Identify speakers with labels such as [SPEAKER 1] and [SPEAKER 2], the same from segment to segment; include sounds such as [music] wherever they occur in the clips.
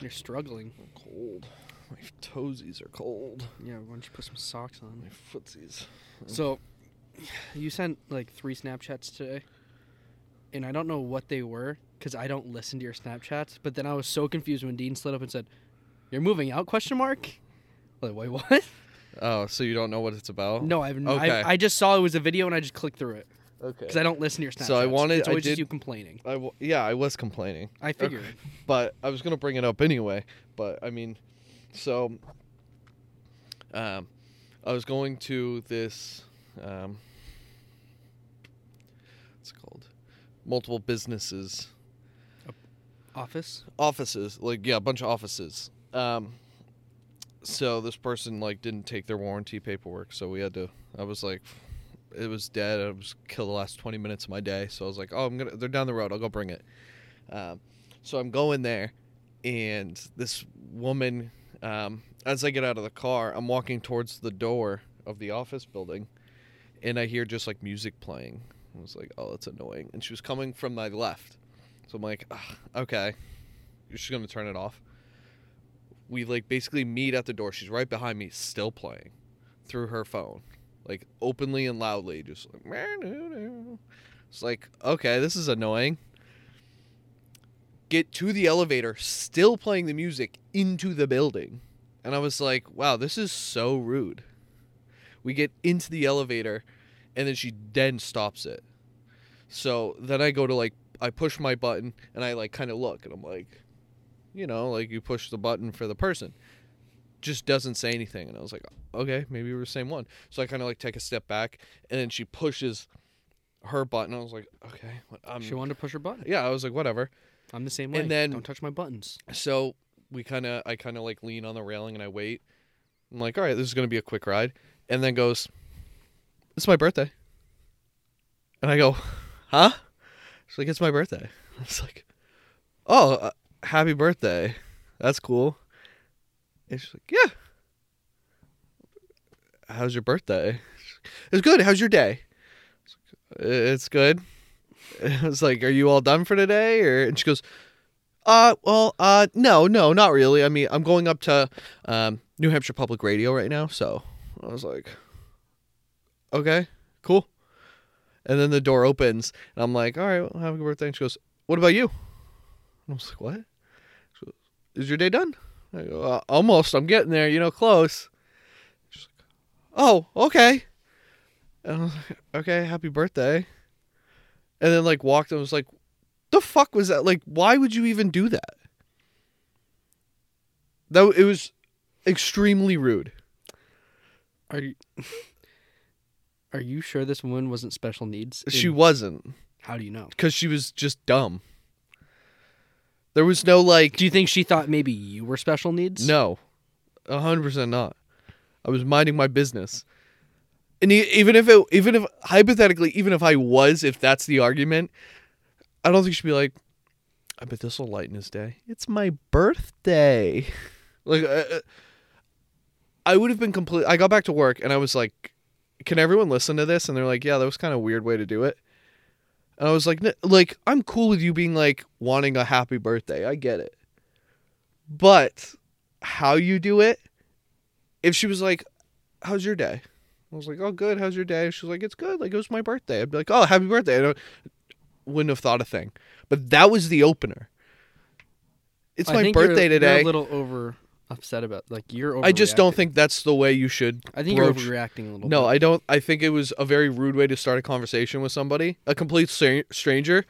[SPEAKER 1] You're struggling.
[SPEAKER 2] I'm cold. My toesies are cold.
[SPEAKER 1] Yeah, why don't you put some socks on?
[SPEAKER 2] My footsies.
[SPEAKER 1] So, you sent like three Snapchats today, and I don't know what they were because I don't listen to your Snapchats. But then I was so confused when Dean slid up and said, "You're moving out?" Question mark. Like, wait, what?
[SPEAKER 2] Oh, so you don't know what it's about?
[SPEAKER 1] No, I've n-
[SPEAKER 2] Oh, Okay.
[SPEAKER 1] I, I just saw it was a video and I just clicked through it
[SPEAKER 2] Okay.
[SPEAKER 1] because I don't listen to your Snapchats.
[SPEAKER 2] So I wanted-
[SPEAKER 1] It's
[SPEAKER 2] I
[SPEAKER 1] always just
[SPEAKER 2] did-
[SPEAKER 1] you complaining.
[SPEAKER 2] I w- yeah, I was complaining,
[SPEAKER 1] I figured.
[SPEAKER 2] but I was gonna bring it up anyway. But I mean, so um, I was going to this um, what's it called? Multiple businesses
[SPEAKER 1] Office.
[SPEAKER 2] offices like yeah a bunch of offices um so this person like didn't take their warranty paperwork so we had to i was like it was dead i was kill the last 20 minutes of my day so i was like oh i'm gonna they're down the road i'll go bring it um so i'm going there and this woman um as i get out of the car i'm walking towards the door of the office building and i hear just like music playing i was like oh that's annoying and she was coming from my left so i'm like "Ugh, okay you're just gonna turn it off. We like basically meet at the door. She's right behind me, still playing through her phone, like openly and loudly, just like. "Meh, no, no." It's like okay, this is annoying. Get to the elevator, still playing the music into the building, and I was like, wow, this is so rude. We get into the elevator, and then she then stops it. So then I go to like I push my button and I like kind of look and I'm like, you know, like you push the button for the person. Just doesn't say anything and I was like, okay, maybe we're the same one. So I kind of like take a step back and then she pushes her button. I was like, okay, what, I'm,
[SPEAKER 1] she wanted to push her button.
[SPEAKER 2] yeah, I was like, whatever.
[SPEAKER 1] I'm the same way.
[SPEAKER 2] And then-
[SPEAKER 1] don't touch my buttons.
[SPEAKER 2] So we kind of, I kind of like lean on the railing and I wait. I'm like, all right, this is gonna be a quick ride. And then goes, it's my birthday. And I go, huh? She's like, it's my birthday. [laughs] I was like, oh, uh, happy birthday. That's cool. And she's like, yeah. How's your birthday? She's like, It was good. How's your day? I was like, "Uh, It's good. [laughs] I was like, are you all done for today? Or and she goes, uh, well, uh, no, no, not really. I mean, I'm going up to um, New Hampshire Public Radio right now, so I was like, okay, cool. And then the door opens, and I'm like, all right, well, have a good birthday. And she goes, what about you? And I was like, what? She goes, Is your day done? I go, uh, almost. I'm getting there. You know, close. She's like, oh, okay. And I was like, okay, happy birthday. And then like walked and was like, the fuck was that? Like, why would you even do that? That it was extremely rude.
[SPEAKER 1] Are you? [laughs] Are you sure this woman wasn't special needs?
[SPEAKER 2] She
[SPEAKER 1] And
[SPEAKER 2] wasn't
[SPEAKER 1] How do you know?
[SPEAKER 2] because she was just dumb. There was no like
[SPEAKER 1] Do you think she thought maybe you were special needs?
[SPEAKER 2] no, a hundred percent not. I was minding my business, and e- even if it, even if hypothetically, even if I was, if that's the argument, I don't think she'd be like, I bet this will lighten his day. It's my birthday. Like, uh, uh, I would have been complete. I got back to work and I was like, can everyone listen to this? And they're like, yeah, that was kind of a weird way to do it. And I was like, "N- like, I'm cool with you being like wanting a happy birthday. I get it. But how you do it, if she was like, how's your day? I was like, oh, good. How's your day? She was like, it's good. Like, it was my birthday. I'd be like, oh, happy birthday. I don't- wouldn't have thought a thing. But that was the opener. It's
[SPEAKER 1] I
[SPEAKER 2] my
[SPEAKER 1] think you're-
[SPEAKER 2] birthday
[SPEAKER 1] you're
[SPEAKER 2] today.
[SPEAKER 1] a little over upset about like you're. Overreacting.
[SPEAKER 2] I just don't think that's the way you should.
[SPEAKER 1] I think
[SPEAKER 2] broach-
[SPEAKER 1] you're overreacting a little.
[SPEAKER 2] No,
[SPEAKER 1] bit.
[SPEAKER 2] I don't. I think it was a very rude way to start a conversation with somebody, a complete stra- stranger,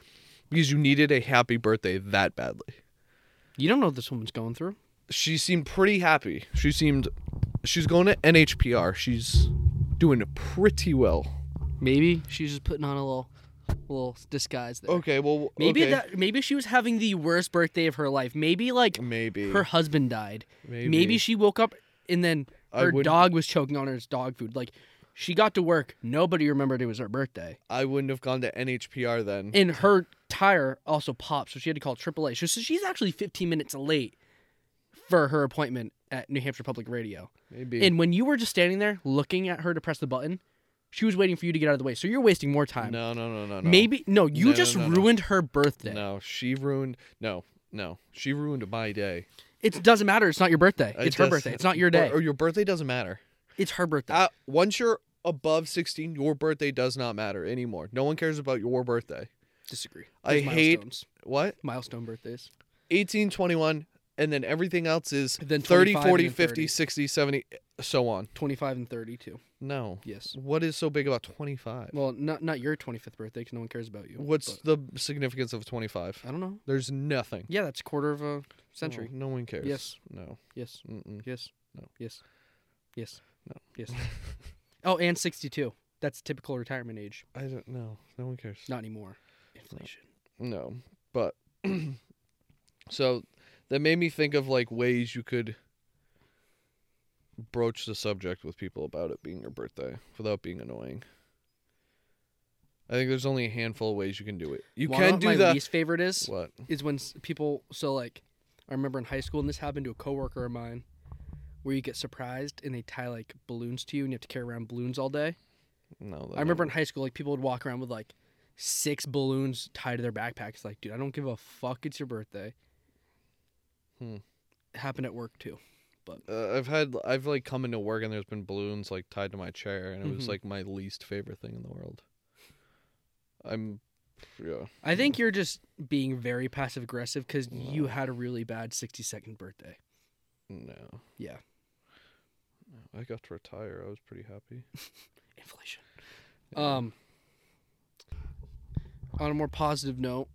[SPEAKER 2] because you needed a happy birthday that badly.
[SPEAKER 1] you don't know what this woman's going through.
[SPEAKER 2] She seemed pretty happy. She seemed, she's going to NHPR. She's doing pretty well.
[SPEAKER 1] Maybe she's just putting on a little, little disguise there.
[SPEAKER 2] Okay, well,
[SPEAKER 1] Maybe
[SPEAKER 2] Oh, okay.
[SPEAKER 1] that. Maybe she was having the worst birthday of her life. Maybe like
[SPEAKER 2] maybe
[SPEAKER 1] her husband died.
[SPEAKER 2] Maybe.
[SPEAKER 1] she woke up and then
[SPEAKER 2] I
[SPEAKER 1] her
[SPEAKER 2] wouldn't-
[SPEAKER 1] dog was choking on her dog food. Like she got to work, nobody remembered it was her birthday,
[SPEAKER 2] I wouldn't have gone to NHPR then.
[SPEAKER 1] and her tire also popped, so she had to call AAA. So, so she's actually 15 minutes late for her appointment at New Hampshire Public Radio.
[SPEAKER 2] Maybe
[SPEAKER 1] And when you were just standing there looking at her to press the button, she was waiting for you to get out of the way. So you're wasting more time.
[SPEAKER 2] no, no, no, no, no.
[SPEAKER 1] Maybe no, you
[SPEAKER 2] No, no,
[SPEAKER 1] just
[SPEAKER 2] no, no.
[SPEAKER 1] ruined her birthday.
[SPEAKER 2] no. She ruined. No, no. She ruined my day.
[SPEAKER 1] It doesn't matter. It's not your birthday.
[SPEAKER 2] It
[SPEAKER 1] It's her
[SPEAKER 2] does-
[SPEAKER 1] birthday. It's not your day.
[SPEAKER 2] Or, or your birthday doesn't matter.
[SPEAKER 1] It's her birthday.
[SPEAKER 2] Uh, once you're above 16, your birthday does not matter anymore. No one cares about your birthday.
[SPEAKER 1] Disagree.
[SPEAKER 2] I
[SPEAKER 1] There's
[SPEAKER 2] hate-
[SPEAKER 1] milestones.
[SPEAKER 2] What?
[SPEAKER 1] milestone birthdays.
[SPEAKER 2] 18, 21, and then everything else is
[SPEAKER 1] Then
[SPEAKER 2] 30,
[SPEAKER 1] 25,
[SPEAKER 2] 40,
[SPEAKER 1] and then
[SPEAKER 2] 50, 60, 70, so on.
[SPEAKER 1] 25 and 32.
[SPEAKER 2] No.
[SPEAKER 1] Yes.
[SPEAKER 2] What is so big about 25?
[SPEAKER 1] Well, not not your 25th birthday because no one cares about you.
[SPEAKER 2] What's
[SPEAKER 1] but-
[SPEAKER 2] the significance of 25?
[SPEAKER 1] I don't know.
[SPEAKER 2] There's nothing.
[SPEAKER 1] Yeah, that's a quarter of a century.
[SPEAKER 2] No, no one cares.
[SPEAKER 1] Yes.
[SPEAKER 2] No.
[SPEAKER 1] Yes.
[SPEAKER 2] Mm-mm.
[SPEAKER 1] Yes.
[SPEAKER 2] No.
[SPEAKER 1] Yes. Yes.
[SPEAKER 2] No. [laughs]
[SPEAKER 1] Yes. oh, and 62. That's typical retirement age.
[SPEAKER 2] I don't know. No one cares.
[SPEAKER 1] Not anymore. Inflation.
[SPEAKER 2] No, but [clears throat] so that made me think of like ways you could broach the subject with people about it being your birthday without being annoying. I think there's only a handful of ways you can do it. You
[SPEAKER 1] Wanna know
[SPEAKER 2] can
[SPEAKER 1] what
[SPEAKER 2] do
[SPEAKER 1] my
[SPEAKER 2] the
[SPEAKER 1] least favorite is
[SPEAKER 2] what?
[SPEAKER 1] is when s- people so like I remember in high school and this happened to a coworker of mine where you get surprised and they tie like balloons to you and you have to carry around balloons all day.
[SPEAKER 2] No, that
[SPEAKER 1] I remember in high school like people would walk around with like six balloons tied to their backpacks like dude, I don't give a fuck it's your birthday.
[SPEAKER 2] Hmm.
[SPEAKER 1] It happened at work too.
[SPEAKER 2] Uh, I've had I've like come into work and there's been balloons like tied to my chair and it was
[SPEAKER 1] Mhm.
[SPEAKER 2] like my least favorite thing in the world. I'm yeah.
[SPEAKER 1] I think you're just being very passive aggressive cuz you had a really bad 60 second birthday.
[SPEAKER 2] No.
[SPEAKER 1] Yeah.
[SPEAKER 2] I got to retire. I was pretty happy.
[SPEAKER 1] inflation. Um, on a more positive note,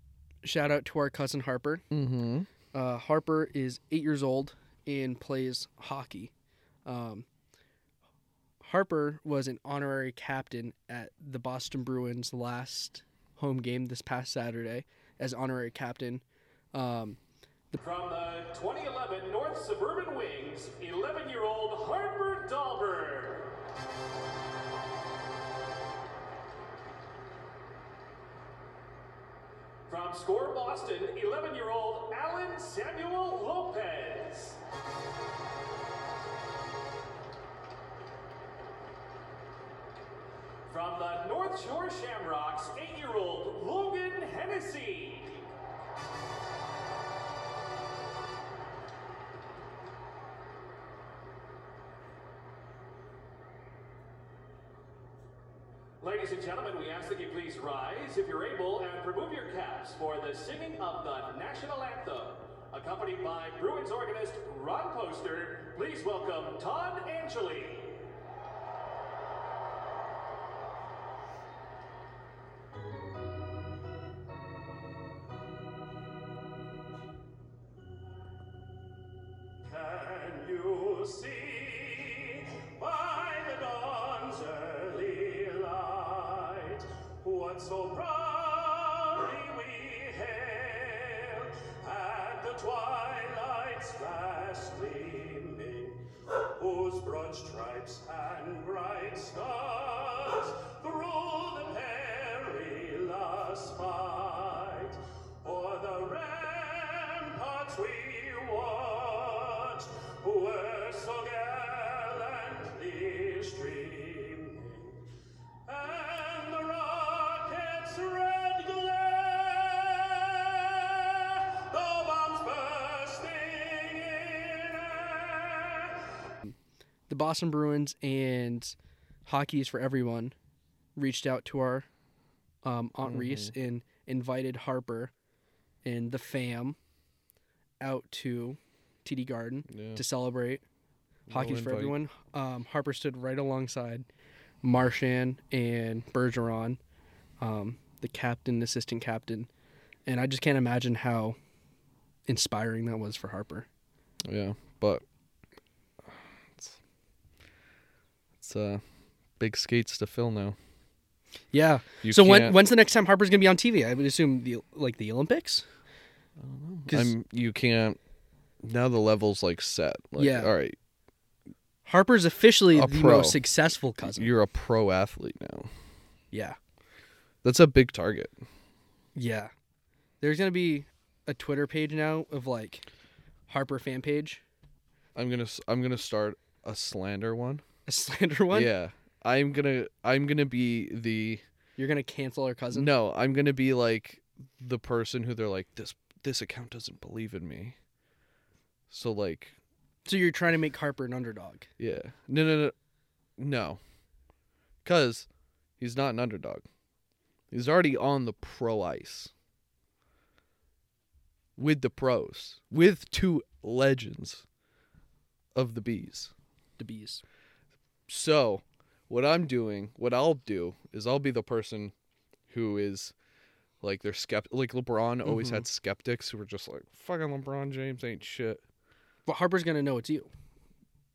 [SPEAKER 1] shout out to our cousin Harper.
[SPEAKER 2] Mm-hmm.
[SPEAKER 1] Uh, Harper is eight years old and plays hockey. Um, Harper was an honorary captain at the Boston Bruins' last home game this past Saturday as honorary captain. Um,
[SPEAKER 3] From the 2011 North Suburban Wings, 11 year old Harper Dahlberg. From Score Boston, 11 year old Alan Samuel Lopez. From the North Shore Shamrocks, 8 year old Logan Hennessy. Ladies and gentlemen, we ask that you please rise if you're able and remove your caps for the singing of the national anthem. Accompanied by Bruins organist Ron Poster, please welcome Todd Angeli. Can you see by the dawn's early light what so proudly we hailed at the twilight's last gleaming, whose broad stripes and bright stars through the perilous fight o'er the ramparts we watched were so gallantly streaming. And the rocket's red glare, the bombs bursting in air,
[SPEAKER 1] the Boston Bruins and Hockey is for Everyone reached out to our um, Aunt
[SPEAKER 2] Mm-hmm.
[SPEAKER 1] Reese and invited Harper and the fam out to TD Garden
[SPEAKER 2] Yeah.
[SPEAKER 1] to celebrate Hockey's for
[SPEAKER 2] invite.
[SPEAKER 1] Everyone. Um, Harper stood right alongside Marshan and Bergeron, um, the captain, assistant captain. And I just can't imagine how inspiring that was for Harper.
[SPEAKER 2] Yeah, but it's it's uh big skates to fill now.
[SPEAKER 1] Yeah.
[SPEAKER 2] You
[SPEAKER 1] so when,
[SPEAKER 2] can't-
[SPEAKER 1] when's the next time Harper's gonna be on TV? I would assume the like the Olympics. I don't know.
[SPEAKER 2] I'm you can't now the level's like set. Like
[SPEAKER 1] Yeah.
[SPEAKER 2] all right,
[SPEAKER 1] Harper's officially
[SPEAKER 2] A
[SPEAKER 1] the
[SPEAKER 2] pro.
[SPEAKER 1] most successful cousin.
[SPEAKER 2] you're a pro athlete now.
[SPEAKER 1] yeah.
[SPEAKER 2] That's a big target.
[SPEAKER 1] Yeah. There's gonna be a Twitter page now of like Harper fan page,
[SPEAKER 2] I'm going to I'm going to start a slander one.
[SPEAKER 1] a [laughs] slander one.
[SPEAKER 2] Yeah. I'm going to I'm going to be the
[SPEAKER 1] You're gonna cancel our cousin.
[SPEAKER 2] No, I'm going to be like the person who they're like this this account doesn't believe in me. So like,
[SPEAKER 1] So you're trying to make Harper an underdog.
[SPEAKER 2] yeah, no, no, no, no, because he's not an underdog. He's already on the pro ice with the pros, with two legends of the bees.
[SPEAKER 1] The bees.
[SPEAKER 2] So, what I'm doing, what I'll do is I'll be the person who is like they're skept like LeBron always had skeptics who were just like fucking LeBron James ain't shit.
[SPEAKER 1] But Harper's gonna know it's you.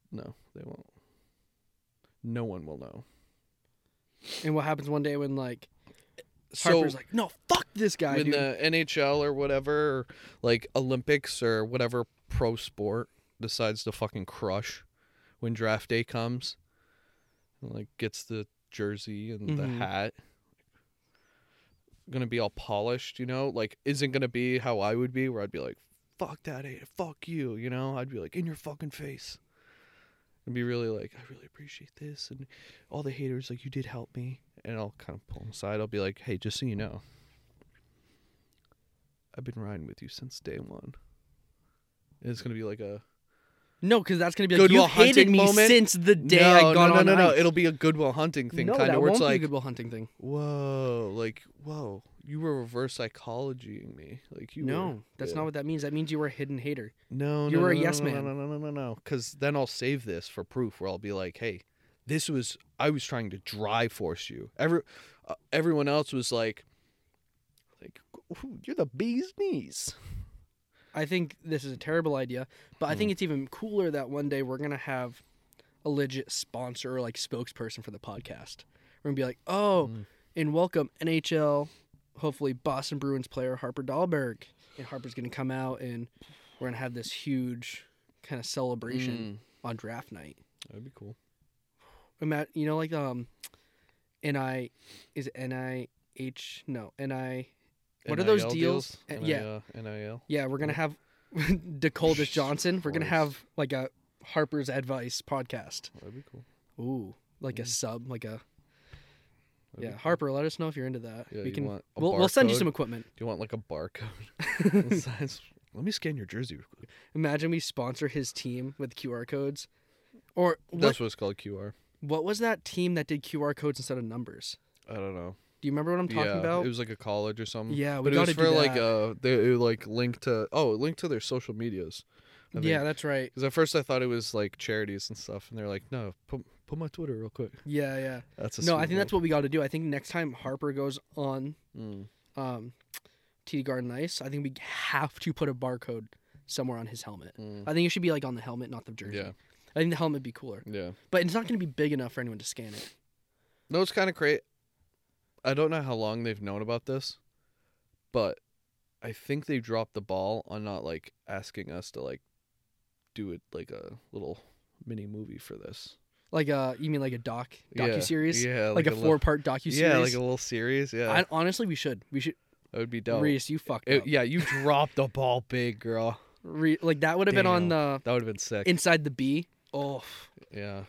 [SPEAKER 2] No, they won't. No one will know.
[SPEAKER 1] And what happens one day when like
[SPEAKER 2] So
[SPEAKER 1] Harper's like, no, fuck this guy,
[SPEAKER 2] when
[SPEAKER 1] dude.
[SPEAKER 2] the NHL or whatever, or like Olympics or whatever pro sport decides to fucking crush when draft day comes, and like gets the jersey and the
[SPEAKER 1] Mhm.
[SPEAKER 2] hat, gonna be all polished, you know, like isn't gonna be how I would be, where I'd be like, "Fuck that, eh, fuck you," you know, I'd be like, "In your fucking face." And be really like, I really appreciate this, and all the haters like, you did help me, and I'll kind of pull them aside. I'll be like, hey, just so you know, I've been riding with you since day one. And it's gonna be like a
[SPEAKER 1] no, because that's gonna be
[SPEAKER 2] Go
[SPEAKER 1] like
[SPEAKER 2] to
[SPEAKER 1] you
[SPEAKER 2] a
[SPEAKER 1] hated
[SPEAKER 2] hunting
[SPEAKER 1] me
[SPEAKER 2] moment?
[SPEAKER 1] since the day
[SPEAKER 2] no,
[SPEAKER 1] I got
[SPEAKER 2] no, no,
[SPEAKER 1] on
[SPEAKER 2] no, no.
[SPEAKER 1] ice."
[SPEAKER 2] It'll be a Goodwill Hunting thing,
[SPEAKER 1] no,
[SPEAKER 2] kind
[SPEAKER 1] that
[SPEAKER 2] of where it's
[SPEAKER 1] won't be a
[SPEAKER 2] like,
[SPEAKER 1] Good Will Hunting thing.
[SPEAKER 2] whoa, like whoa, you were reverse psychologying me, like you.
[SPEAKER 1] no,
[SPEAKER 2] were,
[SPEAKER 1] that's
[SPEAKER 2] yeah.
[SPEAKER 1] not what that means. That means you were a hidden hater.
[SPEAKER 2] No,
[SPEAKER 1] You
[SPEAKER 2] no,
[SPEAKER 1] were a
[SPEAKER 2] no, no,
[SPEAKER 1] yes
[SPEAKER 2] no,
[SPEAKER 1] man.
[SPEAKER 2] No, no, no, no, no. Because then I'll save this for proof, where I'll be like, "Hey, this was I was trying to dry force you." Every uh, everyone else was like, "Like "Ooh, you're the bee's knees."
[SPEAKER 1] I think this is a terrible idea, but I
[SPEAKER 2] Mm.
[SPEAKER 1] think it's even cooler that one day we're gonna have a legit sponsor or like spokesperson for the podcast. We're gonna be like, oh,
[SPEAKER 2] Mm.
[SPEAKER 1] and welcome NHL, hopefully Boston Bruins player Harper Dahlberg, and Harper's gonna come out and we're gonna have this huge kind of celebration
[SPEAKER 2] Mm.
[SPEAKER 1] on draft night.
[SPEAKER 2] That'd be cool.
[SPEAKER 1] Ima- you know, like um, ni is it nih no ni. What are those
[SPEAKER 2] NIL
[SPEAKER 1] deals? Uh, yeah,
[SPEAKER 2] NIL, NIL.
[SPEAKER 1] Yeah, we're gonna have [laughs] DeColdis Johnson. We're gonna
[SPEAKER 2] Christ.
[SPEAKER 1] have like a Harper's Advice podcast.
[SPEAKER 2] That'd be cool.
[SPEAKER 1] Ooh, like a sub, like a
[SPEAKER 2] Mm. That'd
[SPEAKER 1] yeah. Harper, let us know if you're into that.
[SPEAKER 2] Yeah,
[SPEAKER 1] we
[SPEAKER 2] you
[SPEAKER 1] can.
[SPEAKER 2] want a
[SPEAKER 1] we'll, we'll send you
[SPEAKER 2] barcode?
[SPEAKER 1] some equipment.
[SPEAKER 2] Do you want like
[SPEAKER 1] [laughs]
[SPEAKER 2] a [laughs] barcode? It says, Let me scan your jersey. real quick."
[SPEAKER 1] Imagine we sponsor his team with QR codes, or what?
[SPEAKER 2] That's what it's called QR.
[SPEAKER 1] What was that team that did QR codes instead of numbers?
[SPEAKER 2] I don't know.
[SPEAKER 1] Do you remember what I'm talking
[SPEAKER 2] yeah,
[SPEAKER 1] about?
[SPEAKER 2] it was like a college or something.
[SPEAKER 1] Yeah, we
[SPEAKER 2] but it was
[SPEAKER 1] gotta do
[SPEAKER 2] for like
[SPEAKER 1] that.
[SPEAKER 2] uh, they it like linked to oh, it linked to their social medias. I
[SPEAKER 1] yeah, that's right.
[SPEAKER 2] Because at first I thought it was like charities and stuff, and they're like, no, put put my Twitter real quick.
[SPEAKER 1] Yeah, yeah.
[SPEAKER 2] That's a
[SPEAKER 1] No, I think that's what we got to do. I think next time Harper goes on
[SPEAKER 2] Mm.
[SPEAKER 1] um, TD Garden Ice, I think we have to put a barcode somewhere on his helmet.
[SPEAKER 2] mm.
[SPEAKER 1] I think it should be like on the helmet, not the jersey.
[SPEAKER 2] Yeah.
[SPEAKER 1] I think the helmet would be cooler,
[SPEAKER 2] Yeah.
[SPEAKER 1] but it's not going to be big enough for anyone to scan it.
[SPEAKER 2] No, it's kind of crazy. I don't know how long they've known about this, but I think they dropped the ball on not like asking us to like do it like a little mini movie for this.
[SPEAKER 1] Like a, you mean like a doc docu series?
[SPEAKER 2] Yeah, yeah
[SPEAKER 1] like, a,
[SPEAKER 2] li-
[SPEAKER 1] four part docu series.
[SPEAKER 2] Yeah, like a little series. Yeah,
[SPEAKER 1] I, honestly, we should. We should.
[SPEAKER 2] that would be dope.
[SPEAKER 1] Reese, you fucked
[SPEAKER 2] It-
[SPEAKER 1] up.
[SPEAKER 2] yeah,
[SPEAKER 1] [laughs]
[SPEAKER 2] you dropped the ball big, girl.
[SPEAKER 1] Re, like that would have been on the
[SPEAKER 2] That would have been sick.
[SPEAKER 1] inside the B. Oh
[SPEAKER 2] yeah.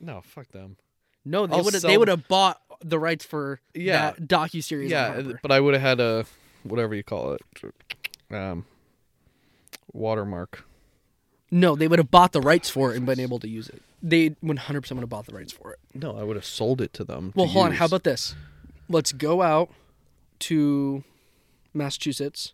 [SPEAKER 2] No, fuck them.
[SPEAKER 1] no, they
[SPEAKER 2] I'll
[SPEAKER 1] would have.
[SPEAKER 2] sell-
[SPEAKER 1] They would have bought the rights for
[SPEAKER 2] Yeah.
[SPEAKER 1] that docu series.
[SPEAKER 2] yeah, but I would have had a whatever you call it, um, watermark.
[SPEAKER 1] No, they would have bought the rights for it and been able to use it. They 100% would have bought the rights for it.
[SPEAKER 2] No, I would have sold it to them.
[SPEAKER 1] Well,
[SPEAKER 2] to
[SPEAKER 1] hold on.
[SPEAKER 2] use.
[SPEAKER 1] How about this? Let's go out to Massachusetts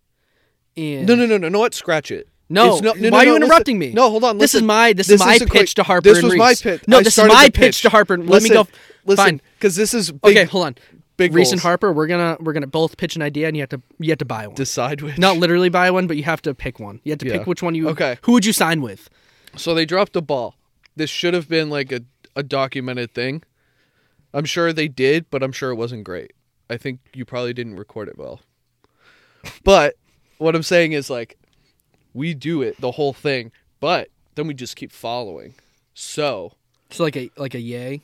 [SPEAKER 1] and
[SPEAKER 2] No, no, no, no, no. What? Scratch it.
[SPEAKER 1] No,
[SPEAKER 2] It's not-
[SPEAKER 1] why are you
[SPEAKER 2] listen.
[SPEAKER 1] interrupting me?
[SPEAKER 2] No, hold on.
[SPEAKER 1] This
[SPEAKER 2] listen.
[SPEAKER 1] is my this, is my
[SPEAKER 2] a
[SPEAKER 1] pitch
[SPEAKER 2] quick-
[SPEAKER 1] to Harper.
[SPEAKER 2] This
[SPEAKER 1] and
[SPEAKER 2] was
[SPEAKER 1] Reese.
[SPEAKER 2] my pitch.
[SPEAKER 1] No,
[SPEAKER 2] I
[SPEAKER 1] this is
[SPEAKER 2] started
[SPEAKER 1] my
[SPEAKER 2] the
[SPEAKER 1] pitch. to Harper. and Let me go.
[SPEAKER 2] Listen, Listen,
[SPEAKER 1] Fine.
[SPEAKER 2] because this is big,
[SPEAKER 1] Okay, hold on.
[SPEAKER 2] big
[SPEAKER 1] Reese and
[SPEAKER 2] goals.
[SPEAKER 1] Harper, we're gonna we're gonna both pitch an idea, and you have to you have to buy one.
[SPEAKER 2] Decide which.
[SPEAKER 1] Not literally buy one, but you have to pick one. You have to
[SPEAKER 2] Yeah.
[SPEAKER 1] pick which one you.
[SPEAKER 2] Okay.
[SPEAKER 1] Who would you sign with?
[SPEAKER 2] So they dropped the ball. This should have been like a, a documented thing. I'm sure they did, but I'm sure it wasn't great. I think you probably didn't record it well. But what I'm saying is like we do it the whole thing, but then we just keep following. So
[SPEAKER 1] So like a like a yay.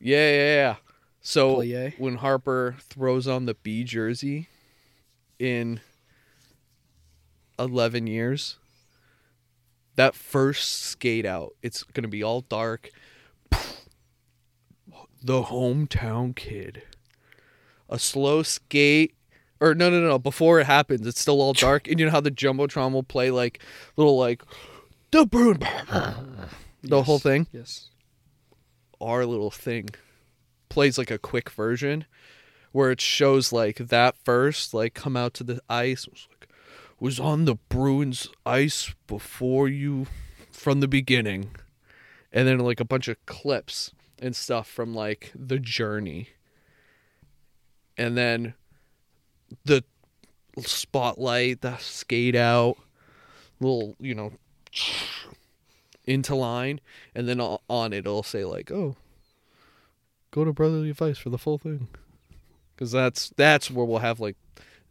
[SPEAKER 2] yeah, yeah, yeah. So
[SPEAKER 1] Plie.
[SPEAKER 2] when Harper throws on the B jersey in 11 years, that first skate out, it's going to be all dark. [sighs] The hometown kid. A slow skate. Or no, no, no, no. Before it happens, it's still all dark, and you know how the jumbotron will play like little like the Bruin, [laughs] the whole
[SPEAKER 1] Yes.
[SPEAKER 2] thing.
[SPEAKER 1] Yes.
[SPEAKER 2] our little thing plays like a quick version where it shows like that first like come out to the ice It was like was on the Bruins ice before you from the beginning and then like a bunch of clips and stuff from like the journey and then the spotlight the skate out little you know into line, and then o- on it, it'll say like, "Oh, go to Brotherly Advice for the full thing," because that's that's where we'll have like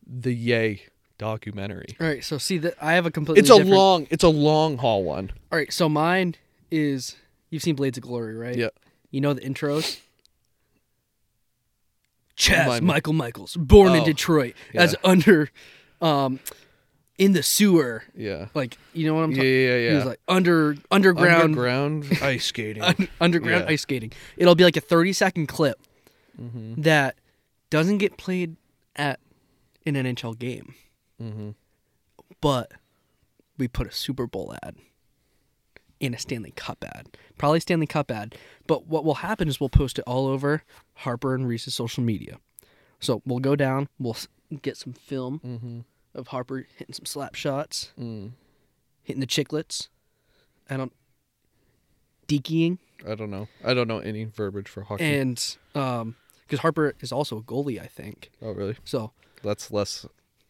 [SPEAKER 2] the yay documentary.
[SPEAKER 1] All right. So see that I have a completely.
[SPEAKER 2] It's a
[SPEAKER 1] different-
[SPEAKER 2] long, it's a long haul one.
[SPEAKER 1] All right. So mine is you've seen Blades of Glory, right?
[SPEAKER 2] Yeah,
[SPEAKER 1] You know the intros. Chaz
[SPEAKER 2] Mine-
[SPEAKER 1] Michael Michaels, born in
[SPEAKER 2] Oh,
[SPEAKER 1] Detroit, as
[SPEAKER 2] yeah.
[SPEAKER 1] under, um, in the sewer.
[SPEAKER 2] yeah,
[SPEAKER 1] Like you know what I'm
[SPEAKER 2] yeah,
[SPEAKER 1] talking.
[SPEAKER 2] yeah, yeah.
[SPEAKER 1] He was like under underground [laughs]
[SPEAKER 2] Underground ice skating.
[SPEAKER 1] un- underground
[SPEAKER 2] Yeah.
[SPEAKER 1] ice skating. It'll be like a 30 second clip that doesn't get played at an NHL game, but we put a Super Bowl ad and a Stanley Cup ad, probably Stanley Cup ad. But what will happen is we'll post it all over Harper and Reese's social media. So we'll go down, we'll s- get some film of Harper hitting some slap shots, hitting the chicklets. I don't. Deakying
[SPEAKER 2] I don't know. I don't know any verbiage for hockey.
[SPEAKER 1] and um because Harper is also a goalie, I think.
[SPEAKER 2] oh, really?
[SPEAKER 1] So
[SPEAKER 2] That's less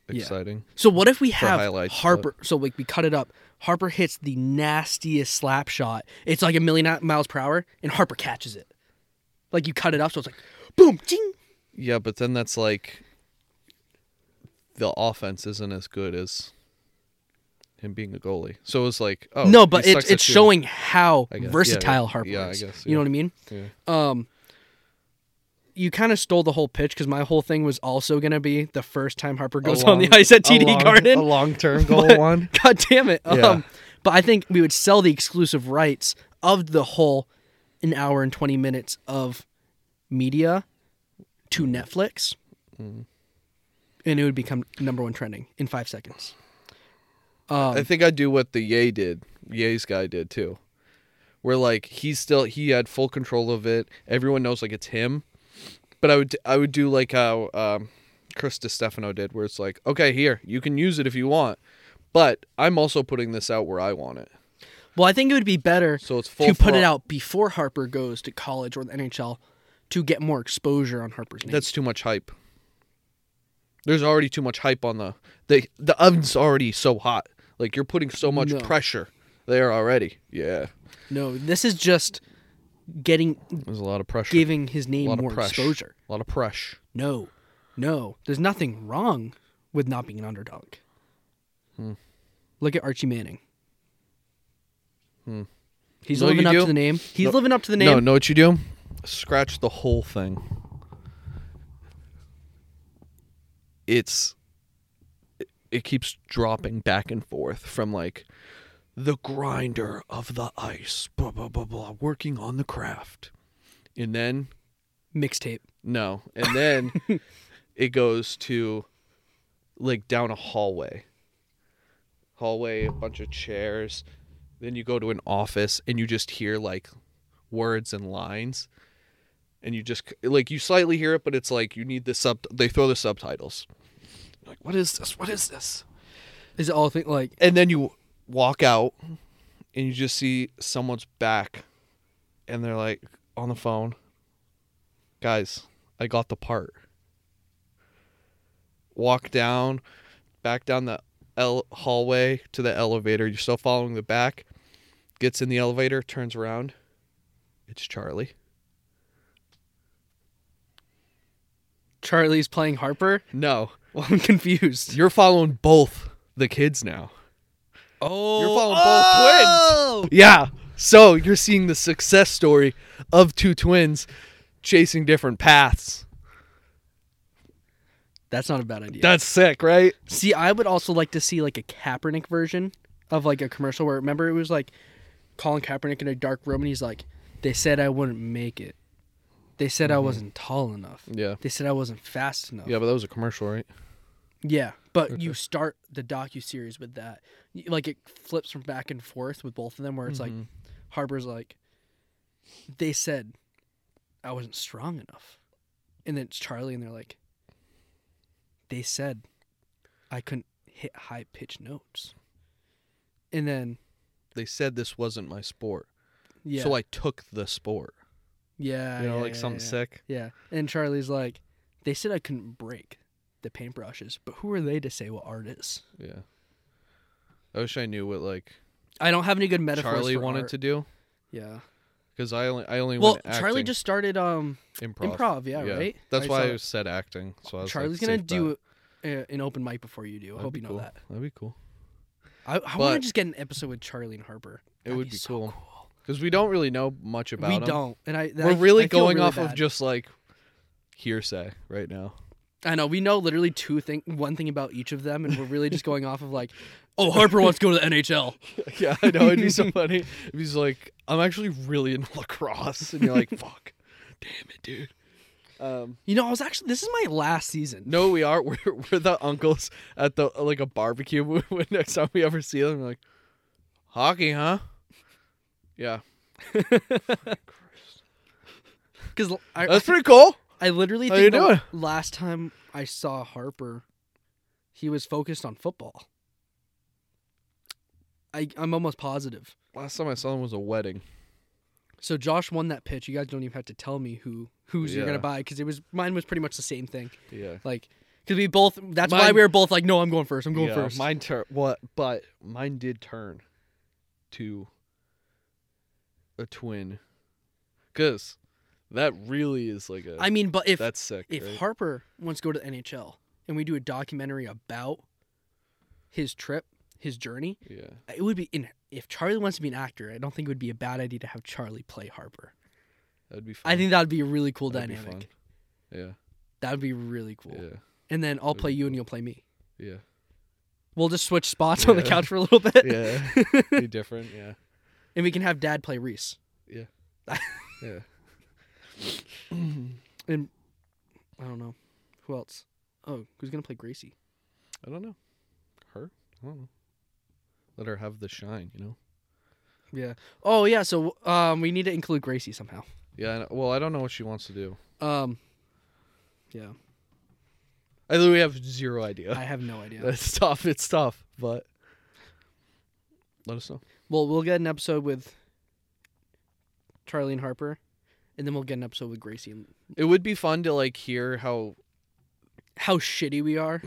[SPEAKER 2] exciting.
[SPEAKER 1] so what if we have
[SPEAKER 2] highlights, but-
[SPEAKER 1] Harper? So like we cut it up. Harper hits the nastiest slap shot. It's like a million mi- miles per hour, and Harper catches it. Like you cut it up, so it's like boom, ding.
[SPEAKER 2] Yeah, but then that's like the offense isn't as good as him being a goalie. So it's like, oh,
[SPEAKER 1] no, but
[SPEAKER 2] he
[SPEAKER 1] it's
[SPEAKER 2] sucks at
[SPEAKER 1] it's
[SPEAKER 2] shooting.
[SPEAKER 1] showing how
[SPEAKER 2] I guess. Yeah,
[SPEAKER 1] versatile
[SPEAKER 2] yeah.
[SPEAKER 1] Harper
[SPEAKER 2] Yeah, I
[SPEAKER 1] is.
[SPEAKER 2] guess,
[SPEAKER 1] You know
[SPEAKER 2] yeah.
[SPEAKER 1] what I mean?
[SPEAKER 2] Yeah.
[SPEAKER 1] Um, you kind of stole the whole pitch because my whole thing was also gonna be the first time Harper goes on the
[SPEAKER 2] long-
[SPEAKER 1] ice at
[SPEAKER 2] a
[SPEAKER 1] TD
[SPEAKER 2] long-
[SPEAKER 1] Garden.
[SPEAKER 2] A long term
[SPEAKER 1] [laughs]
[SPEAKER 2] goal
[SPEAKER 1] But-
[SPEAKER 2] one.
[SPEAKER 1] God damn it.
[SPEAKER 2] Yeah.
[SPEAKER 1] Um, but I think we would sell the exclusive rights of the whole an hour and 20 minutes of media to Netflix.
[SPEAKER 2] Mm-hmm.
[SPEAKER 1] And it would become number one trending in five seconds. um,
[SPEAKER 2] I think I do what the Yay did. Yay's guy did too. Where like he's still he had full control of it. Everyone knows like it's him. But I would I would do like how um, Chris Stefano did, where it's like, okay, here you can use it if you want, but I'm also putting this out where I want it.
[SPEAKER 1] Well, I think it would be better
[SPEAKER 2] So it's full
[SPEAKER 1] to put it
[SPEAKER 2] throttle.
[SPEAKER 1] out before Harper goes to college or the NHL to get more exposure on Harper's name.
[SPEAKER 2] That's too much hype. There's already too much hype on the the the oven's already so hot. Like you're putting so much
[SPEAKER 1] No.
[SPEAKER 2] pressure there already. Yeah,
[SPEAKER 1] no, this is just getting
[SPEAKER 2] there's a lot of pressure.
[SPEAKER 1] giving his
[SPEAKER 2] a
[SPEAKER 1] name
[SPEAKER 2] lot
[SPEAKER 1] more
[SPEAKER 2] of pressure.
[SPEAKER 1] exposure.
[SPEAKER 2] A lot of pressure.
[SPEAKER 1] No, no. There's nothing wrong with not being an underdog.
[SPEAKER 2] Hmm.
[SPEAKER 1] Look at Archie Manning. He's
[SPEAKER 2] Hmm. No,
[SPEAKER 1] living
[SPEAKER 2] you
[SPEAKER 1] up
[SPEAKER 2] do.
[SPEAKER 1] to the name. He's
[SPEAKER 2] No-
[SPEAKER 1] living up to the
[SPEAKER 2] No,
[SPEAKER 1] name.
[SPEAKER 2] know what you do? Scratch the whole thing. It's it, it keeps dropping back and forth from like the grinder of the ice, blah blah blah blah, working on the craft, and then
[SPEAKER 1] Mixtape.
[SPEAKER 2] No. And then it goes to like down a hallway. Hallway, a bunch of chairs. Then you go to an office and you just hear like words and lines. And you just like you slightly hear it, but it's like you need the sub they throw the subtitles. Like, what is this? What is this?
[SPEAKER 1] Is it all thing like
[SPEAKER 2] and then you walk out and you just see someone's back and they're like on the phone guys i got the part walk down back down the el- hallway to the elevator you're still following the back gets in the elevator turns around it's charlie
[SPEAKER 1] Charlie's playing Harper? [laughs]
[SPEAKER 2] no
[SPEAKER 1] Well, I'm confused.
[SPEAKER 2] you're following both the kids now
[SPEAKER 1] oh,
[SPEAKER 2] you're following both
[SPEAKER 1] twins.
[SPEAKER 2] Yeah. So you're seeing the success story of two twins chasing different paths.
[SPEAKER 1] That's not a bad idea.
[SPEAKER 2] That's sick, right?
[SPEAKER 1] See, I would also like to see like a Kaepernick version of like a commercial where remember it was like Colin Kaepernick in a dark room and he's like, They said I wouldn't make it. They said I wasn't tall enough.
[SPEAKER 2] Mm-hmm. Yeah.
[SPEAKER 1] They said I wasn't fast enough.
[SPEAKER 2] Yeah, but that was a commercial, right?
[SPEAKER 1] Yeah, but you start the docu series with that. Y- Like it flips from back and forth with both of them, where it's like
[SPEAKER 2] Mm-hmm.
[SPEAKER 1] Harper's like, they said I wasn't strong enough, and then it's Charlie, and they're like, they said I couldn't hit high pitched notes, and then
[SPEAKER 2] They said this wasn't my sport,
[SPEAKER 1] yeah,
[SPEAKER 2] so I took the sport.
[SPEAKER 1] yeah,
[SPEAKER 2] You know,
[SPEAKER 1] yeah,
[SPEAKER 2] like
[SPEAKER 1] yeah,
[SPEAKER 2] something
[SPEAKER 1] yeah.
[SPEAKER 2] sick.
[SPEAKER 1] Yeah. And Charlie's like, they said I couldn't break the paintbrushes, but who are they to say what art is?
[SPEAKER 2] Yeah. I wish I knew what like
[SPEAKER 1] I don't have any good metaphors.
[SPEAKER 2] Charlie
[SPEAKER 1] for
[SPEAKER 2] wanted
[SPEAKER 1] art.
[SPEAKER 2] to do
[SPEAKER 1] Yeah.
[SPEAKER 2] because I only I only
[SPEAKER 1] Well,
[SPEAKER 2] went acting,
[SPEAKER 1] Charlie just started um
[SPEAKER 2] improv.
[SPEAKER 1] improv, yeah, right?
[SPEAKER 2] That's
[SPEAKER 1] I
[SPEAKER 2] why
[SPEAKER 1] saw
[SPEAKER 2] I
[SPEAKER 1] that.
[SPEAKER 2] said acting. So I was
[SPEAKER 1] Charlie's
[SPEAKER 2] like,
[SPEAKER 1] gonna
[SPEAKER 2] safe
[SPEAKER 1] do
[SPEAKER 2] bet.
[SPEAKER 1] a, an open mic before you do. I
[SPEAKER 2] That'd
[SPEAKER 1] hope
[SPEAKER 2] be
[SPEAKER 1] you know
[SPEAKER 2] cool.
[SPEAKER 1] that.
[SPEAKER 2] That'd be cool.
[SPEAKER 1] I, I want
[SPEAKER 2] But-
[SPEAKER 1] to just get an episode with Charlie and Harper.
[SPEAKER 2] It
[SPEAKER 1] That'd
[SPEAKER 2] would
[SPEAKER 1] be,
[SPEAKER 2] be
[SPEAKER 1] so
[SPEAKER 2] cool. Because we don't really know much about
[SPEAKER 1] We
[SPEAKER 2] him.
[SPEAKER 1] don't, and I
[SPEAKER 2] We're really going off of
[SPEAKER 1] just.
[SPEAKER 2] just like hearsay right now.
[SPEAKER 1] I know we know literally two thing, one thing about each of them, and we're really just going off of like, [laughs] oh, Harper wants to go to the NHL.
[SPEAKER 2] [laughs] yeah, I know. It'd be [laughs] so funny. If he's like, I'm actually really into [laughs] lacrosse, and you're like, fuck, damn it, dude. Um,
[SPEAKER 1] You know, I was actually this is my last season. [laughs]
[SPEAKER 2] no, we are. [laughs] We're, we're the uncles at the like a barbecue. [laughs] When next time we ever see them, we're like, hockey, huh? Yeah,
[SPEAKER 1] because I,
[SPEAKER 2] that's pretty cool.
[SPEAKER 1] I literally
[SPEAKER 2] How
[SPEAKER 1] think
[SPEAKER 2] you
[SPEAKER 1] the
[SPEAKER 2] doing?
[SPEAKER 1] last time I saw Harper, he was focused on football. I, I'm almost positive.
[SPEAKER 2] Last time I saw him was a wedding.
[SPEAKER 1] So Josh won that pitch. You guys don't even have to tell me who who's you're gonna
[SPEAKER 2] Yeah.
[SPEAKER 1] buy because it was mine was pretty much the same thing.
[SPEAKER 2] Yeah,
[SPEAKER 1] Like because we both that's why
[SPEAKER 2] Mine-
[SPEAKER 1] we were both like, no, I'm going first. I'm going
[SPEAKER 2] yeah,
[SPEAKER 1] first.
[SPEAKER 2] Mine turn. What? But mine did turn to a twin, because that really is like a.
[SPEAKER 1] I mean, but if
[SPEAKER 2] that's sick.
[SPEAKER 1] if
[SPEAKER 2] right?
[SPEAKER 1] Harper wants to go to the NHL and we do a documentary about his trip, his journey,
[SPEAKER 2] yeah.
[SPEAKER 1] it would be in if Charlie wants to be an actor, I don't think it would be a bad idea to have Charlie play Harper.
[SPEAKER 2] That'd be fun.
[SPEAKER 1] I think that would be a really cool
[SPEAKER 2] That'd be
[SPEAKER 1] dynamic.
[SPEAKER 2] Yeah.
[SPEAKER 1] That would be really cool.
[SPEAKER 2] Yeah.
[SPEAKER 1] And then I'll
[SPEAKER 2] That'd
[SPEAKER 1] play
[SPEAKER 2] be
[SPEAKER 1] you and you'll play me.
[SPEAKER 2] Yeah.
[SPEAKER 1] [laughs] We'll just switch spots on the
[SPEAKER 2] Yeah.
[SPEAKER 1] couch for a little bit.
[SPEAKER 2] Yeah. be different. Yeah.
[SPEAKER 1] [laughs] And we can have dad play Reese. [laughs]
[SPEAKER 2] Yeah.
[SPEAKER 1] [clears throat] And I don't know. Who else? Oh, who's gonna play Gracie?
[SPEAKER 2] I don't know. Her? I don't know. Let her have the shine, you know?
[SPEAKER 1] Yeah. Oh yeah, so um we need to include Gracie somehow.
[SPEAKER 2] Yeah. I know- Well, I don't know what she wants to do.
[SPEAKER 1] Um Yeah.
[SPEAKER 2] I think we have zero idea. [laughs]
[SPEAKER 1] I have no idea.
[SPEAKER 2] It's tough. It's tough, but let us know.
[SPEAKER 1] Well, we'll get an episode with Charlie and Harper, and then we'll get an episode with Gracie and
[SPEAKER 2] It would be fun to like hear how
[SPEAKER 1] how shitty we
[SPEAKER 2] [clears throat]
[SPEAKER 1] are.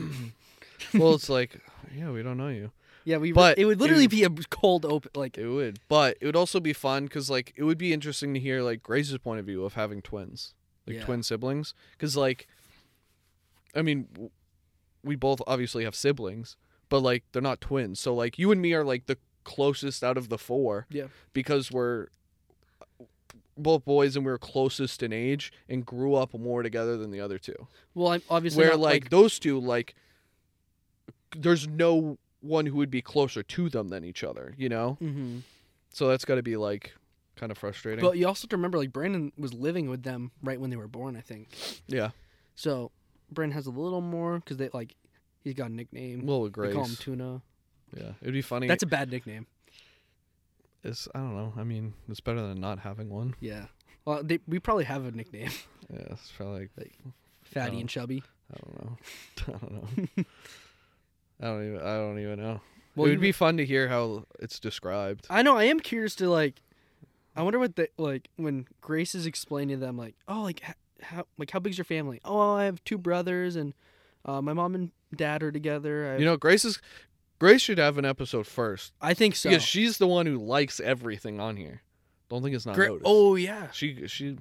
[SPEAKER 2] well it's like, yeah, we don't know you.
[SPEAKER 1] Yeah, we.
[SPEAKER 2] But
[SPEAKER 1] it would literally
[SPEAKER 2] it-
[SPEAKER 1] be a cold open. Like
[SPEAKER 2] It would, but it would also be fun because like it would be interesting to hear like Grace's point of view of having twins, like
[SPEAKER 1] Yeah.
[SPEAKER 2] twin siblings, because like, I mean, w- we both obviously have siblings, but like they're not twins, so like you and me are like the closest out of the four,
[SPEAKER 1] Yeah.
[SPEAKER 2] because we're both boys and we are closest in age and grew up more together than the other two.
[SPEAKER 1] well, I'm obviously
[SPEAKER 2] Where
[SPEAKER 1] not, [laughs]
[SPEAKER 2] like, those two, like, there's no one who would be closer to them than each other, you know.
[SPEAKER 1] Mhm.
[SPEAKER 2] So that's got to be like kind of frustrating.
[SPEAKER 1] But you also have to remember, like Brandon was living with them right when they were born, I think.
[SPEAKER 2] yeah.
[SPEAKER 1] So Brandon has a little more because they like he's got a nickname.
[SPEAKER 2] Well, with
[SPEAKER 1] Mm-hmm. they
[SPEAKER 2] Grace.
[SPEAKER 1] call him Tuna.
[SPEAKER 2] yeah. It'd be funny.
[SPEAKER 1] That's a bad nickname.
[SPEAKER 2] it's, I don't know. I mean, it's better than not having one.
[SPEAKER 1] Yeah. Well, they, we probably have a nickname, [laughs]
[SPEAKER 2] Yeah. It's probably like,
[SPEAKER 1] Fatty
[SPEAKER 2] Oh.
[SPEAKER 1] and Chubby.
[SPEAKER 2] I don't know. [laughs] I don't know.
[SPEAKER 1] [laughs]
[SPEAKER 2] I don't even I don't even know.
[SPEAKER 1] Well,
[SPEAKER 2] it would
[SPEAKER 1] you-
[SPEAKER 2] be fun to hear how it's described.
[SPEAKER 1] I know. I am curious to like. I wonder what they like when Grace is explaining to them like, oh, like h- how like how big's your family? Oh, I have two brothers and uh, my mom and dad are together. I,
[SPEAKER 2] You know, Grace is Grace should have an episode first
[SPEAKER 1] I think so.
[SPEAKER 2] because she's the one who likes everything on here. Don't think it's not
[SPEAKER 1] Gra-
[SPEAKER 2] noticed.
[SPEAKER 1] oh yeah,
[SPEAKER 2] she she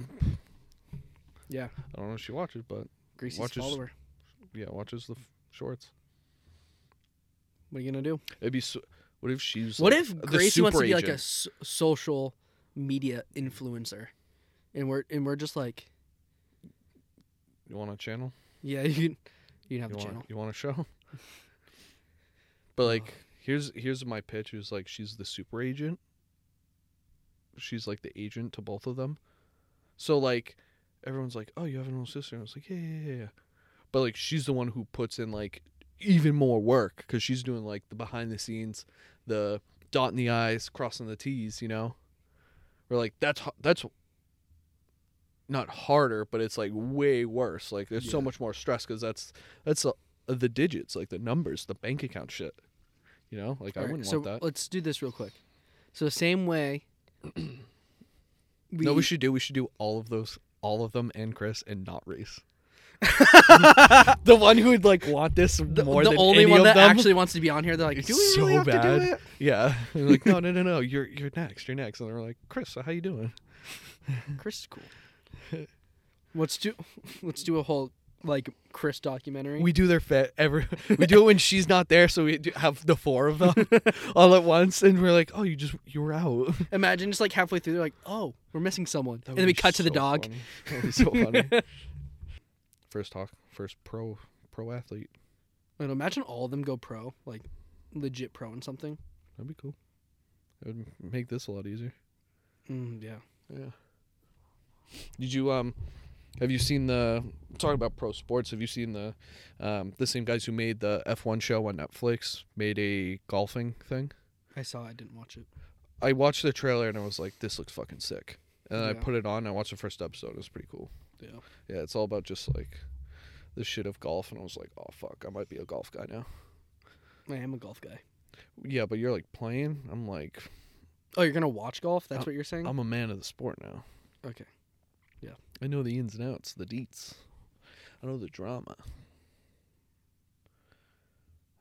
[SPEAKER 1] Yeah.
[SPEAKER 2] I don't know if she watches, but
[SPEAKER 1] Gracie's
[SPEAKER 2] Watches-
[SPEAKER 1] follower.
[SPEAKER 2] yeah, watches the f- shorts.
[SPEAKER 1] What are you gonna do?
[SPEAKER 2] It'd be. So, what if she's?
[SPEAKER 1] What
[SPEAKER 2] like,
[SPEAKER 1] if
[SPEAKER 2] the
[SPEAKER 1] Gracie wants to
[SPEAKER 2] super
[SPEAKER 1] be like a
[SPEAKER 2] agent?
[SPEAKER 1] s- social media influencer, and we're and we're just like,
[SPEAKER 2] You want a channel?
[SPEAKER 1] yeah, [laughs] you can, you can have the
[SPEAKER 2] You want?
[SPEAKER 1] channel.
[SPEAKER 2] You want
[SPEAKER 1] [laughs]
[SPEAKER 2] a show? but like, here's here's my pitch. Is like she's the super agent. She's like the agent to both of them. So like, everyone's like, "Oh, you have an little sister." And I was like, "Yeah, yeah, yeah." yeah. But like, she's the one who puts in like even more work because she's doing like the behind the scenes, the dotting the i's, crossing the t's. You know, we're like that's h- that's not harder, but it's like way worse. Like there's so
[SPEAKER 1] Yeah.
[SPEAKER 2] much more stress because that's that's uh, the digits, like the numbers, the bank account shit. You know, like I
[SPEAKER 1] All right,
[SPEAKER 2] wouldn't
[SPEAKER 1] so
[SPEAKER 2] want that.
[SPEAKER 1] let's do this real quick. So same
[SPEAKER 2] [clears throat]
[SPEAKER 1] way.
[SPEAKER 2] no, we should do we should do all of those, all of them, and Chris, and not
[SPEAKER 1] [laughs]
[SPEAKER 2] Reese. the one who would like want this
[SPEAKER 1] the,
[SPEAKER 2] more
[SPEAKER 1] the
[SPEAKER 2] than
[SPEAKER 1] only
[SPEAKER 2] any
[SPEAKER 1] one
[SPEAKER 2] of
[SPEAKER 1] that
[SPEAKER 2] them. [laughs]
[SPEAKER 1] actually wants to be on here. They're like, do we
[SPEAKER 2] so
[SPEAKER 1] really have
[SPEAKER 2] bad.
[SPEAKER 1] to do it?
[SPEAKER 2] Yeah, [laughs] They're like no, no, no, no. You're you're next. You're next. And they're like, Chris, how you doing?
[SPEAKER 1] Chris is cool. [laughs] let's do [laughs] let's do a whole like Chris documentary.
[SPEAKER 2] We do their fit every. We do it when she's not there, so we do have the four
[SPEAKER 1] [laughs]
[SPEAKER 2] of them all at once, and we're like, oh, you just you were out.
[SPEAKER 1] Imagine just like halfway through, they're like, oh, we're missing someone,
[SPEAKER 2] That
[SPEAKER 1] and
[SPEAKER 2] would
[SPEAKER 1] then we
[SPEAKER 2] be
[SPEAKER 1] cut to the
[SPEAKER 2] so
[SPEAKER 1] dog.
[SPEAKER 2] funny. That would be
[SPEAKER 1] [laughs]
[SPEAKER 2] so funny. first talk, first pro pro athlete.
[SPEAKER 1] Like, imagine all of them go pro, like legit pro in something.
[SPEAKER 2] That'd be cool. That would make this a lot easier.
[SPEAKER 1] Mm, yeah.
[SPEAKER 2] Yeah. Did you um have you seen the talking about pro sports, have you seen the um the same guys who made the F one show on Netflix made a golfing thing?
[SPEAKER 1] I saw. I didn't watch it.
[SPEAKER 2] I watched the trailer and I was like, This looks fucking sick. And I
[SPEAKER 1] Yeah.
[SPEAKER 2] put it on, I watched the first episode, it was pretty cool.
[SPEAKER 1] Yeah.
[SPEAKER 2] Yeah, it's all about just like the shit of golf and I was like, Oh fuck, I might be a golf guy now.
[SPEAKER 1] I am a golf guy.
[SPEAKER 2] Yeah, but you're like playing? I'm like
[SPEAKER 1] Oh, you're gonna watch golf? That's
[SPEAKER 2] Um,
[SPEAKER 1] what you're saying?
[SPEAKER 2] I'm a man of the sport now.
[SPEAKER 1] okay.
[SPEAKER 2] I know the ins and outs, the deets. I know the drama.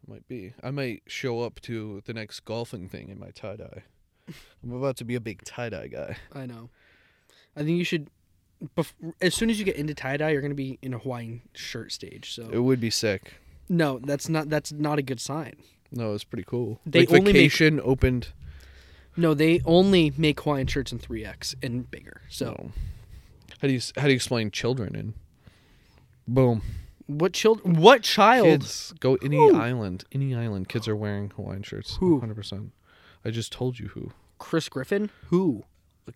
[SPEAKER 2] I might be. I might show up to the next golfing thing in my
[SPEAKER 1] [laughs]
[SPEAKER 2] tie dye. I'm about to be a big tie dye guy.
[SPEAKER 1] I know. I think you should. Bef- as soon as you get into tie dye, you're gonna be in a Hawaiian shirt stage. So
[SPEAKER 2] It would be sick.
[SPEAKER 1] no, that's not that's not a good sign.
[SPEAKER 2] No, it's pretty cool.
[SPEAKER 1] They
[SPEAKER 2] like
[SPEAKER 1] only make-
[SPEAKER 2] vacation opened.
[SPEAKER 1] No, they only make Hawaiian shirts in three X and bigger. So
[SPEAKER 2] No. How do you s- how do you explain children and boom
[SPEAKER 1] what child? What child?
[SPEAKER 2] kids go any
[SPEAKER 1] Who?
[SPEAKER 2] island any island kids are wearing Hawaiian shirts.
[SPEAKER 1] Who?
[SPEAKER 2] 100. percent I just told you who.
[SPEAKER 1] Chris Griffin? Who?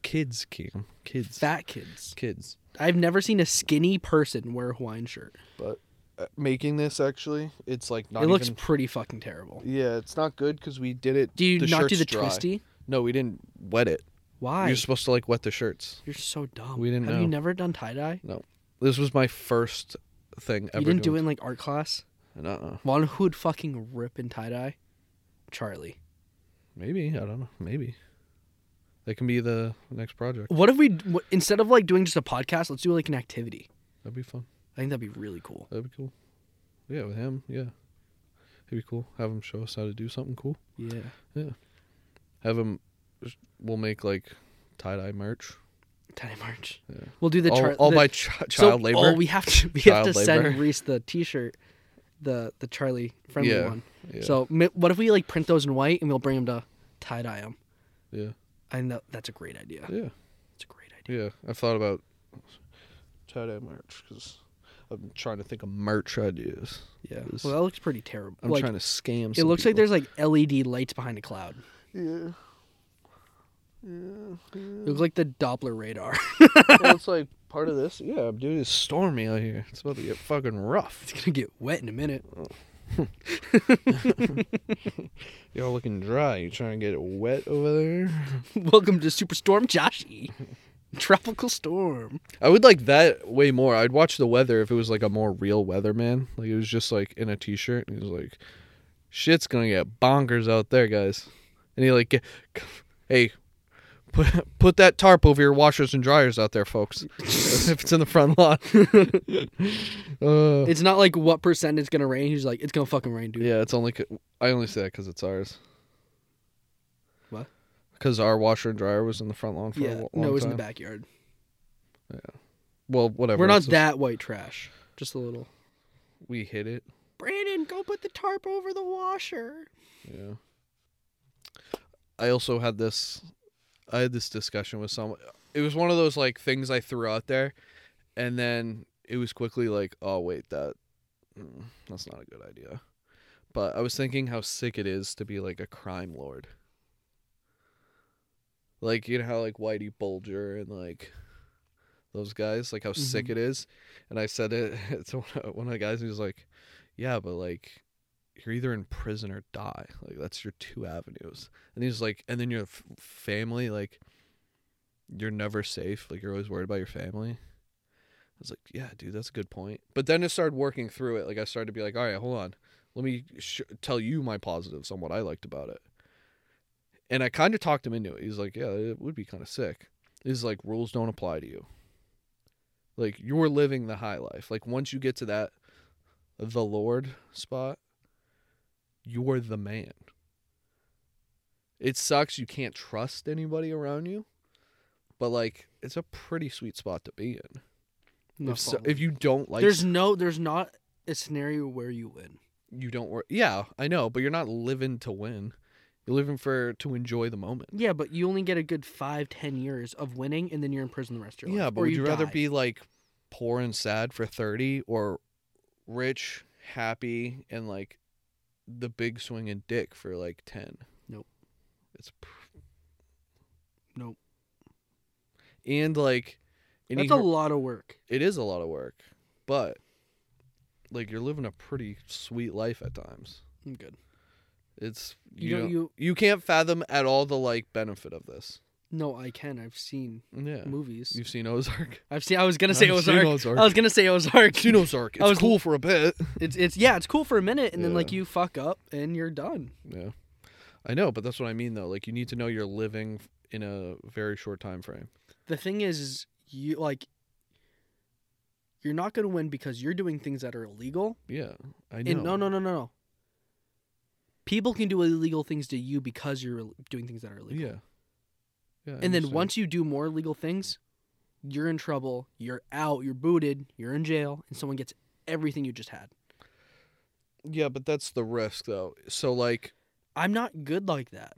[SPEAKER 2] Kids, Cam. Kids.
[SPEAKER 1] Fat kids.
[SPEAKER 2] kids.
[SPEAKER 1] I've never seen a skinny person wear a Hawaiian shirt.
[SPEAKER 2] but uh, making this actually it's like not
[SPEAKER 1] it looks
[SPEAKER 2] even-
[SPEAKER 1] pretty fucking terrible.
[SPEAKER 2] yeah it's not good because we did it
[SPEAKER 1] Do you not do
[SPEAKER 2] shirt's
[SPEAKER 1] the
[SPEAKER 2] dry.
[SPEAKER 1] twisty?
[SPEAKER 2] no we didn't wet it
[SPEAKER 1] Why?
[SPEAKER 2] you're
[SPEAKER 1] You're,
[SPEAKER 2] supposed to like wet the shirts
[SPEAKER 1] so dumb.
[SPEAKER 2] We didn't
[SPEAKER 1] Have you
[SPEAKER 2] know.
[SPEAKER 1] never done tie dye?
[SPEAKER 2] no this was my first thing ever
[SPEAKER 1] You didn't do it
[SPEAKER 2] doing-
[SPEAKER 1] in like art class.
[SPEAKER 2] uh-uh.
[SPEAKER 1] One who would fucking rip in tie dye, Charlie.
[SPEAKER 2] maybe i don't know maybe that can be the next project
[SPEAKER 1] What if we what, instead of like doing just a podcast, let's do like an activity.
[SPEAKER 2] that'd be fun
[SPEAKER 1] I think that'd be really cool.
[SPEAKER 2] that'd be cool yeah with him yeah it'd be cool have him show us how to do something cool
[SPEAKER 1] Yeah.
[SPEAKER 2] have him we'll make like tie-dye merch
[SPEAKER 1] Tie March.
[SPEAKER 2] Yeah.
[SPEAKER 1] We'll do the
[SPEAKER 2] all,
[SPEAKER 1] chart.
[SPEAKER 2] all
[SPEAKER 1] the,
[SPEAKER 2] by ch- child
[SPEAKER 1] so-
[SPEAKER 2] labor
[SPEAKER 1] Oh, we have to [laughs] we
[SPEAKER 2] Child
[SPEAKER 1] have to send
[SPEAKER 2] labor.
[SPEAKER 1] Reese the T-shirt, the the Charlie friendly
[SPEAKER 2] Yeah,
[SPEAKER 1] one.
[SPEAKER 2] yeah,
[SPEAKER 1] So mi- what if we like print those in white and we'll bring them to tie dye them?
[SPEAKER 2] yeah
[SPEAKER 1] I know that's a great idea.
[SPEAKER 2] yeah
[SPEAKER 1] That's a great idea.
[SPEAKER 2] Yeah, I've thought about tie dye merch because I'm trying to think of merch ideas.
[SPEAKER 1] Yeah.
[SPEAKER 2] Because
[SPEAKER 1] Well, that looks pretty terrible.
[SPEAKER 2] I'm
[SPEAKER 1] like,
[SPEAKER 2] trying to scam.
[SPEAKER 1] It looks like there's like LED lights behind a cloud.
[SPEAKER 2] there's.
[SPEAKER 1] It looks like the Doppler radar. [laughs]
[SPEAKER 2] Yeah. [laughs] well, it's like part of this. Yeah, dude, it's stormy out here. It's about to get fucking rough.
[SPEAKER 1] it's gonna get wet in a minute.
[SPEAKER 2] Oh. You're all looking dry. You trying to get it wet over there?
[SPEAKER 1] [laughs] Welcome to Superstorm Joshi, [laughs] tropical
[SPEAKER 2] [laughs]
[SPEAKER 1] storm.
[SPEAKER 2] I would like that way more. I'd watch the weather if it was like a more real weatherman. Like it was just like in a t-shirt and he was like, "Shit's gonna get bonkers out there, guys." And he like, get, "Hey, put put that tarp over your washers and dryers out there, folks. [laughs] if it's in the front lawn." [laughs] uh,
[SPEAKER 1] [laughs] It's not like what percent it's gonna rain. He's like, it's gonna fucking rain, dude.
[SPEAKER 2] yeah, it's only c- I only say that because it's ours.
[SPEAKER 1] What?
[SPEAKER 2] Because our washer and dryer was in the front lawn for a
[SPEAKER 1] Yeah,
[SPEAKER 2] lo- long
[SPEAKER 1] no, it's in
[SPEAKER 2] time.
[SPEAKER 1] the backyard.
[SPEAKER 2] Well, whatever.
[SPEAKER 1] We're not
[SPEAKER 2] it's just-
[SPEAKER 1] that white trash. Just a little.
[SPEAKER 2] We hit it.
[SPEAKER 1] Brandon, go put the tarp over the washer.
[SPEAKER 2] Yeah. I also had this I had this discussion with someone. It was one of those like things I threw out there and then it was quickly like, "Oh, wait, that mm, that's not a good idea." But I was thinking how sick it is to be like a crime lord. Like, you know how like Whitey Bulger and like those guys, like how sick
[SPEAKER 1] Mhm.
[SPEAKER 2] [laughs] it is. And I said it to one of- one of the guys and he was like, "Yeah, but like you're either in prison or die. Like that's your two avenues. And he's like, and then your f- family, like, you're never safe. Like you're always worried about your family. I was like, yeah, dude, that's a good point. But then I started working through it. Like I started to be like, all right, hold on, let me sh- tell you my positives on what I liked about it. And I kind of talked him into it. He's like, yeah, it would be kind of sick. He's like, rules don't apply to you. Like you're living the high life. Like once you get to that, the Lord spot, you're the man. It sucks you can't trust anybody around you, but like it's a pretty sweet spot to be in.
[SPEAKER 1] No
[SPEAKER 2] if, so,
[SPEAKER 1] problem.
[SPEAKER 2] if you don't like,
[SPEAKER 1] there's no, there's not a scenario where you win.
[SPEAKER 2] you don't work. Yeah, I know, but you're not living to win. You're living for to enjoy the moment.
[SPEAKER 1] Yeah, but you only get a good five, ten years of winning, and then you're in prison the rest of your life.
[SPEAKER 2] Yeah, but
[SPEAKER 1] or
[SPEAKER 2] would you rather
[SPEAKER 1] die.
[SPEAKER 2] be like poor and sad for 30 or rich, happy, and like the big swinging dick for like 10?
[SPEAKER 1] Nope.
[SPEAKER 2] It's pr-
[SPEAKER 1] Nope.
[SPEAKER 2] and like and
[SPEAKER 1] That's
[SPEAKER 2] you
[SPEAKER 1] a
[SPEAKER 2] hear-
[SPEAKER 1] lot of work.
[SPEAKER 2] it is a lot of work, but like you're living a pretty sweet life at times.
[SPEAKER 1] I'm good.
[SPEAKER 2] It's you
[SPEAKER 1] You, know,
[SPEAKER 2] don't-
[SPEAKER 1] you
[SPEAKER 2] you can't fathom at all the like benefit of this.
[SPEAKER 1] no, I can. I've seen
[SPEAKER 2] Yeah.
[SPEAKER 1] movies.
[SPEAKER 2] You've seen Ozark.
[SPEAKER 1] I've seen. I was [laughs] gonna say
[SPEAKER 2] I've seen
[SPEAKER 1] Ozark.
[SPEAKER 2] Ozark.
[SPEAKER 1] I was gonna say Ozark.
[SPEAKER 2] Seen Ozark. It's
[SPEAKER 1] I was-
[SPEAKER 2] cool for a bit.
[SPEAKER 1] [laughs]
[SPEAKER 2] [laughs]
[SPEAKER 1] It's it's yeah. It's cool for a minute, and then
[SPEAKER 2] Yeah.
[SPEAKER 1] like you fuck up, and you're done.
[SPEAKER 2] Yeah. I know, but that's what I mean though. Like you need to know you're living f- in a very short time frame.
[SPEAKER 1] The thing is, is you like. You're not gonna win because you're doing things that are illegal.
[SPEAKER 2] Yeah. I know.
[SPEAKER 1] And no, no, no, no, no. People can do illegal things to you because you're doing things that are illegal.
[SPEAKER 2] Yeah. Yeah. I
[SPEAKER 1] and then
[SPEAKER 2] understand.
[SPEAKER 1] once you do more illegal things, you're in trouble. You're out. You're booted. You're in jail, and someone gets everything you just had.
[SPEAKER 2] Yeah, but that's the risk though. So like
[SPEAKER 1] I'm not good like that,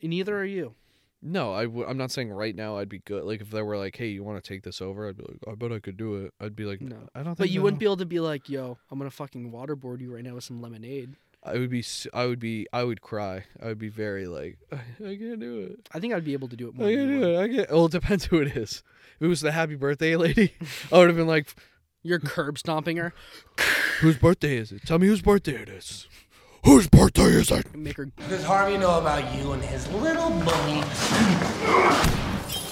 [SPEAKER 1] and neither are you.
[SPEAKER 2] no, I w- I'm not saying right now I'd be good. Like if they were like, "Hey, you want to take this over?" I'd be like, "I bet I could do it." I'd be like,
[SPEAKER 1] No.
[SPEAKER 2] I don't." Think
[SPEAKER 1] But you wouldn't
[SPEAKER 2] I-
[SPEAKER 1] be able to be like, "Yo, I'm gonna fucking waterboard you right now with some lemonade."
[SPEAKER 2] I would be. s- I would be. I would cry. I would be very like, I, I can't do it.
[SPEAKER 1] I think I'd be able to do it more.
[SPEAKER 2] I
[SPEAKER 1] than
[SPEAKER 2] can't
[SPEAKER 1] you
[SPEAKER 2] do
[SPEAKER 1] would.
[SPEAKER 2] it. I can't. Well, it depends who it is. If it was the happy birthday lady, I would have been like,
[SPEAKER 1] You're curb stomping her,
[SPEAKER 2] Whose birthday is it? Tell me whose birthday it is. Whose birthday is it?
[SPEAKER 1] and make her.
[SPEAKER 4] Does Harvey know about you and his little bunny?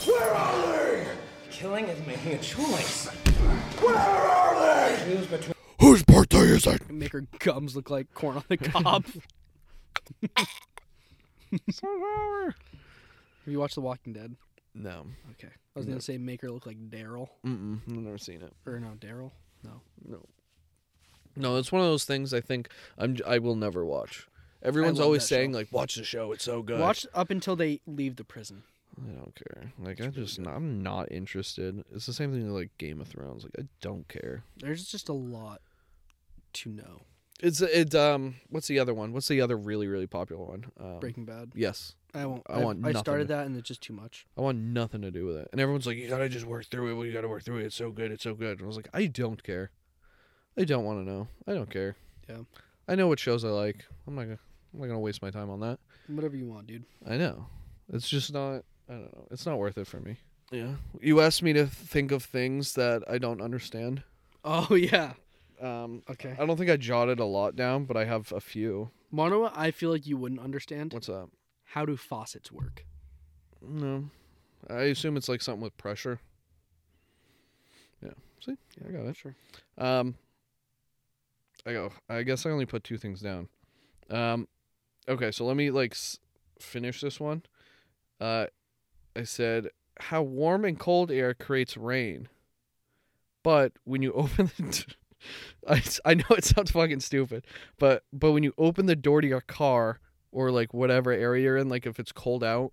[SPEAKER 4] Where are they? Killing is making a choice. Where are they? Choose between
[SPEAKER 2] Whose birthday is it?
[SPEAKER 1] and Make her gums look like corn
[SPEAKER 2] [laughs]
[SPEAKER 1] on the cob. Have you watched The Walking Dead?
[SPEAKER 2] No.
[SPEAKER 1] Okay, I was gonna say make her look like Daryl
[SPEAKER 2] Mm-mm. I've never seen it.
[SPEAKER 1] or no Daryl. No,
[SPEAKER 2] No, it's one of those things I think I'm j- I will never watch. Everyone's
[SPEAKER 1] love
[SPEAKER 2] always
[SPEAKER 1] that
[SPEAKER 2] saying
[SPEAKER 1] show.
[SPEAKER 2] like watch the show, it's so good.
[SPEAKER 1] watch up until they leave the prison.
[SPEAKER 2] I don't care. Like I just I'm not interested. It's the same thing with, like Game of Thrones. Like I don't care.
[SPEAKER 1] There's just a lot to know.
[SPEAKER 2] It's it um what's the other one? What's the other really really popular one? Um,
[SPEAKER 1] Breaking Bad.
[SPEAKER 2] Yes.
[SPEAKER 1] I won't.
[SPEAKER 2] I
[SPEAKER 1] I've-
[SPEAKER 2] want
[SPEAKER 1] I
[SPEAKER 2] nothing
[SPEAKER 1] started
[SPEAKER 2] to-
[SPEAKER 1] that and it's just too much.
[SPEAKER 2] I want nothing to do with it. And everyone's like, you gotta just work through it. Well, you gotta work through it. It's so good. It's so good. And I was like, I don't care. I don't want to know. I don't care.
[SPEAKER 1] Yeah.
[SPEAKER 2] I know what shows I like. I'm not gonna. I'm not gonna waste my time on that.
[SPEAKER 1] Whatever you want, dude. [laughs]
[SPEAKER 2] I know. It's just not. I don't know. It's not worth it for me. Yeah. You asked me to think of things that I don't understand.
[SPEAKER 1] Oh yeah.
[SPEAKER 2] Um,
[SPEAKER 1] Okay.
[SPEAKER 2] I don't think I jotted a lot down, but I have a few.
[SPEAKER 1] Mono, I feel like you wouldn't understand.
[SPEAKER 2] What's um, up?
[SPEAKER 1] How do faucets work?
[SPEAKER 2] No. I assume it's like something with pressure. Yeah. See? I got it.
[SPEAKER 1] Sure.
[SPEAKER 2] Um, I go. I guess I only put two things down. Um, okay, so let me like s- finish this one. Uh, I said how warm and cold air creates rain, but when you [laughs] open the, t- I I know it sounds fucking stupid, but but when you open the door to your car or like whatever area you're in, like if it's cold out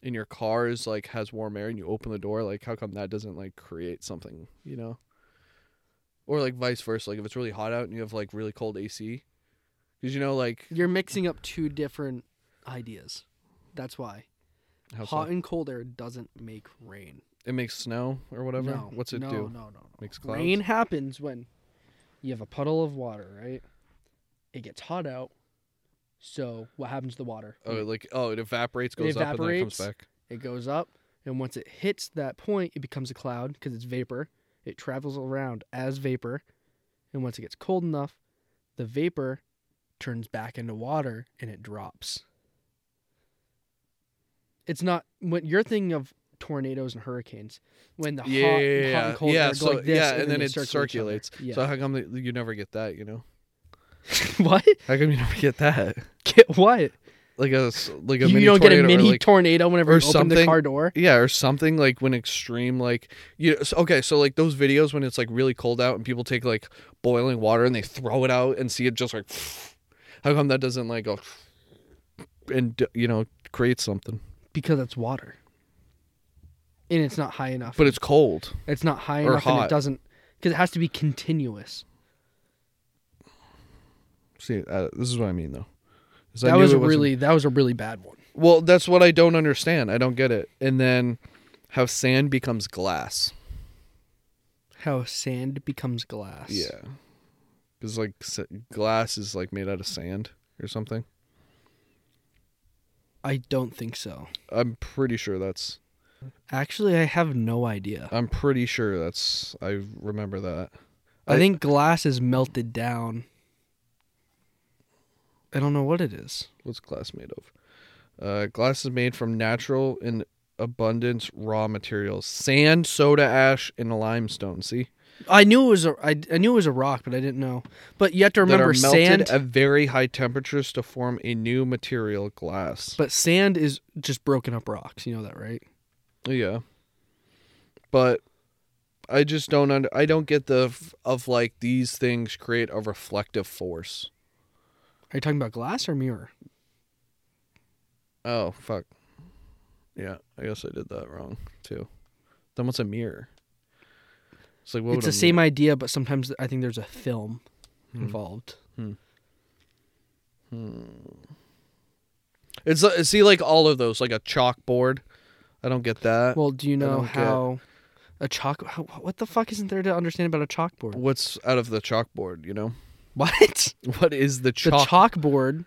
[SPEAKER 2] and your car is like has warm air and you open the door, like how come that doesn't like create something, you know? or like vice versa. Like if it's really hot out and you have like really cold AC, because you know like
[SPEAKER 1] You're mixing up two different ideas. That's why
[SPEAKER 2] how
[SPEAKER 1] hot
[SPEAKER 2] so-
[SPEAKER 1] and cold air doesn't make rain.
[SPEAKER 2] it makes snow or whatever.
[SPEAKER 1] No.
[SPEAKER 2] What's it
[SPEAKER 1] no,
[SPEAKER 2] do?
[SPEAKER 1] No, no, no.
[SPEAKER 2] Makes clouds.
[SPEAKER 1] Rain happens when you have a puddle of water, right? It gets hot out. So what happens to the water?
[SPEAKER 2] Oh, like oh, it evaporates, goes up, and then it comes
[SPEAKER 1] evaporates.
[SPEAKER 2] back.
[SPEAKER 1] It goes up, and once it hits that point, it becomes a cloud because it's vapor. It travels around as vapor, and once it gets cold enough, the vapor turns back into water and it drops. It's not when you're thinking of tornadoes and hurricanes when the
[SPEAKER 2] yeah,
[SPEAKER 1] hot,
[SPEAKER 2] yeah,
[SPEAKER 1] hot
[SPEAKER 2] yeah.
[SPEAKER 1] and cold
[SPEAKER 2] yeah
[SPEAKER 1] air go
[SPEAKER 2] so
[SPEAKER 1] like this
[SPEAKER 2] yeah,
[SPEAKER 1] and,
[SPEAKER 2] and then
[SPEAKER 1] they
[SPEAKER 2] it
[SPEAKER 1] circle each other.
[SPEAKER 2] circulates.
[SPEAKER 1] Yeah.
[SPEAKER 2] So how come that- you never get that? You know,
[SPEAKER 1] [laughs] what?
[SPEAKER 2] how come you never get that? [laughs]
[SPEAKER 1] Get what?
[SPEAKER 2] Like a s- like a
[SPEAKER 1] You
[SPEAKER 2] mini
[SPEAKER 1] don't get a
[SPEAKER 2] tornado or,
[SPEAKER 1] mini
[SPEAKER 2] like-
[SPEAKER 1] tornado whenever
[SPEAKER 2] or
[SPEAKER 1] you open the
[SPEAKER 2] something.
[SPEAKER 1] car door.
[SPEAKER 2] Yeah, or something like when extreme, like you. so- Okay, so like those videos when it's like really cold out and people take like boiling water and they throw it out and see it just like. [laughs] How come that doesn't like go [laughs] and you know create something?
[SPEAKER 1] Because it's water. And it's not high enough.
[SPEAKER 2] But it's cold.
[SPEAKER 1] it's not high
[SPEAKER 2] or
[SPEAKER 1] enough and it
[SPEAKER 2] hot.
[SPEAKER 1] doesn't because it has to be continuous.
[SPEAKER 2] See, uh, this is what I mean though. 'Cause I
[SPEAKER 1] That
[SPEAKER 2] knew
[SPEAKER 1] was
[SPEAKER 2] it wasn't-
[SPEAKER 1] really that was a really bad one.
[SPEAKER 2] well. That's what I don't understand. I don't get it. And then how sand becomes glass.
[SPEAKER 1] How sand becomes glass.
[SPEAKER 2] Yeah, because like s- glass is like made out of sand or something.
[SPEAKER 1] I don't think so.
[SPEAKER 2] I'm pretty sure that's
[SPEAKER 1] Actually, I have no idea.
[SPEAKER 2] I'm pretty sure that's I remember that.
[SPEAKER 1] I, think glass is melted down. I don't know what it is.
[SPEAKER 2] What's glass made of? Uh, glass is made from natural and abundance raw materials: sand, soda ash, and limestone. See,
[SPEAKER 1] I knew it was a I, I knew it was a rock, but I didn't know. But you have to remember
[SPEAKER 2] that are melted
[SPEAKER 1] sand.
[SPEAKER 2] at very high temperatures to form a new material, glass.
[SPEAKER 1] But sand is just broken up rocks. You know that, right?
[SPEAKER 2] yeah, but I just don't under, I don't get the f- of like these things create a reflective force.
[SPEAKER 1] Are you talking about glass or mirror?
[SPEAKER 2] Oh fuck. Yeah, I guess I did that wrong too. Then what's a mirror? It's like
[SPEAKER 1] it's
[SPEAKER 2] what would
[SPEAKER 1] the
[SPEAKER 2] a
[SPEAKER 1] same
[SPEAKER 2] mirror-
[SPEAKER 1] idea, but sometimes I think there's a film
[SPEAKER 2] Hmm.
[SPEAKER 1] involved.
[SPEAKER 2] It's uh, see like all of those like a chalkboard. I don't get that.
[SPEAKER 1] Well, do you know
[SPEAKER 2] don't get-
[SPEAKER 1] how a chalk? How, what the fuck isn't there to understand about a chalkboard?
[SPEAKER 2] what's out of the chalkboard? You know [laughs]
[SPEAKER 1] What?
[SPEAKER 2] what is the
[SPEAKER 1] [laughs] The
[SPEAKER 2] chalk?
[SPEAKER 1] chalkboard.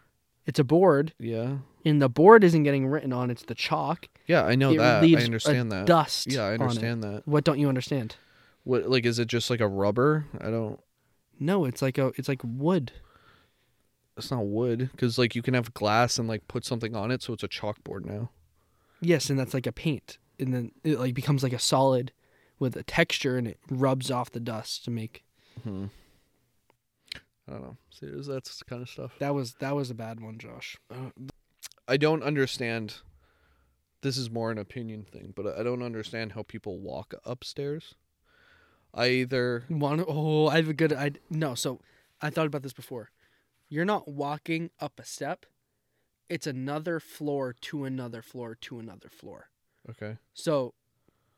[SPEAKER 1] It's a board,
[SPEAKER 2] yeah,
[SPEAKER 1] and the board isn't getting written on. It's the chalk.
[SPEAKER 2] yeah, I know
[SPEAKER 1] It
[SPEAKER 2] that. I
[SPEAKER 1] leaves a
[SPEAKER 2] understand that.
[SPEAKER 1] dust
[SPEAKER 2] Yeah, I
[SPEAKER 1] on it.
[SPEAKER 2] understand that.
[SPEAKER 1] What don't you understand?
[SPEAKER 2] What like is it just like a rubber? I don't.
[SPEAKER 1] No, it's like a it's like wood.
[SPEAKER 2] It's not wood because like you can have glass and like put something on it, so it's a chalkboard now.
[SPEAKER 1] Yes, and that's like a paint, and then it like becomes like a solid with a texture, and it rubs off the dust to make. Mm-hmm.
[SPEAKER 2] I don't know. See, there's that kind of stuff.
[SPEAKER 1] That was that was a bad one, Josh.
[SPEAKER 2] Oh, I don't understand. This is more an opinion thing, but I don't understand how people walk upstairs. I either
[SPEAKER 1] One oh, I have a good I no. So I thought about this before. You're not walking up a step. It's another floor to another floor to another floor.
[SPEAKER 2] okay,
[SPEAKER 1] So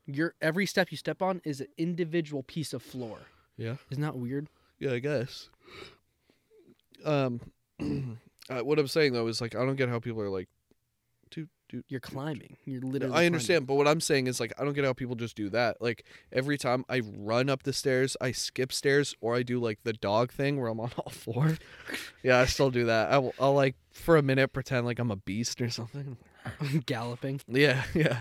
[SPEAKER 1] your every step you step on is an individual piece of floor.
[SPEAKER 2] yeah,
[SPEAKER 1] Isn't that weird?
[SPEAKER 2] yeah, I guess. Um, [clears throat] uh, what I'm saying though is like I don't get how people are like, do do.
[SPEAKER 1] You're climbing. You're literally.
[SPEAKER 2] I
[SPEAKER 1] climbing.
[SPEAKER 2] understand, but what I'm saying is like I don't get how people just do that. Like every time I run up the stairs, I skip stairs, or I do like the dog thing where I'm on [laughs] all four. yeah, I still do that. I will, I'll like for a minute pretend like I'm a beast or something. [laughs]
[SPEAKER 1] [laughs] Galloping.
[SPEAKER 2] Yeah, yeah.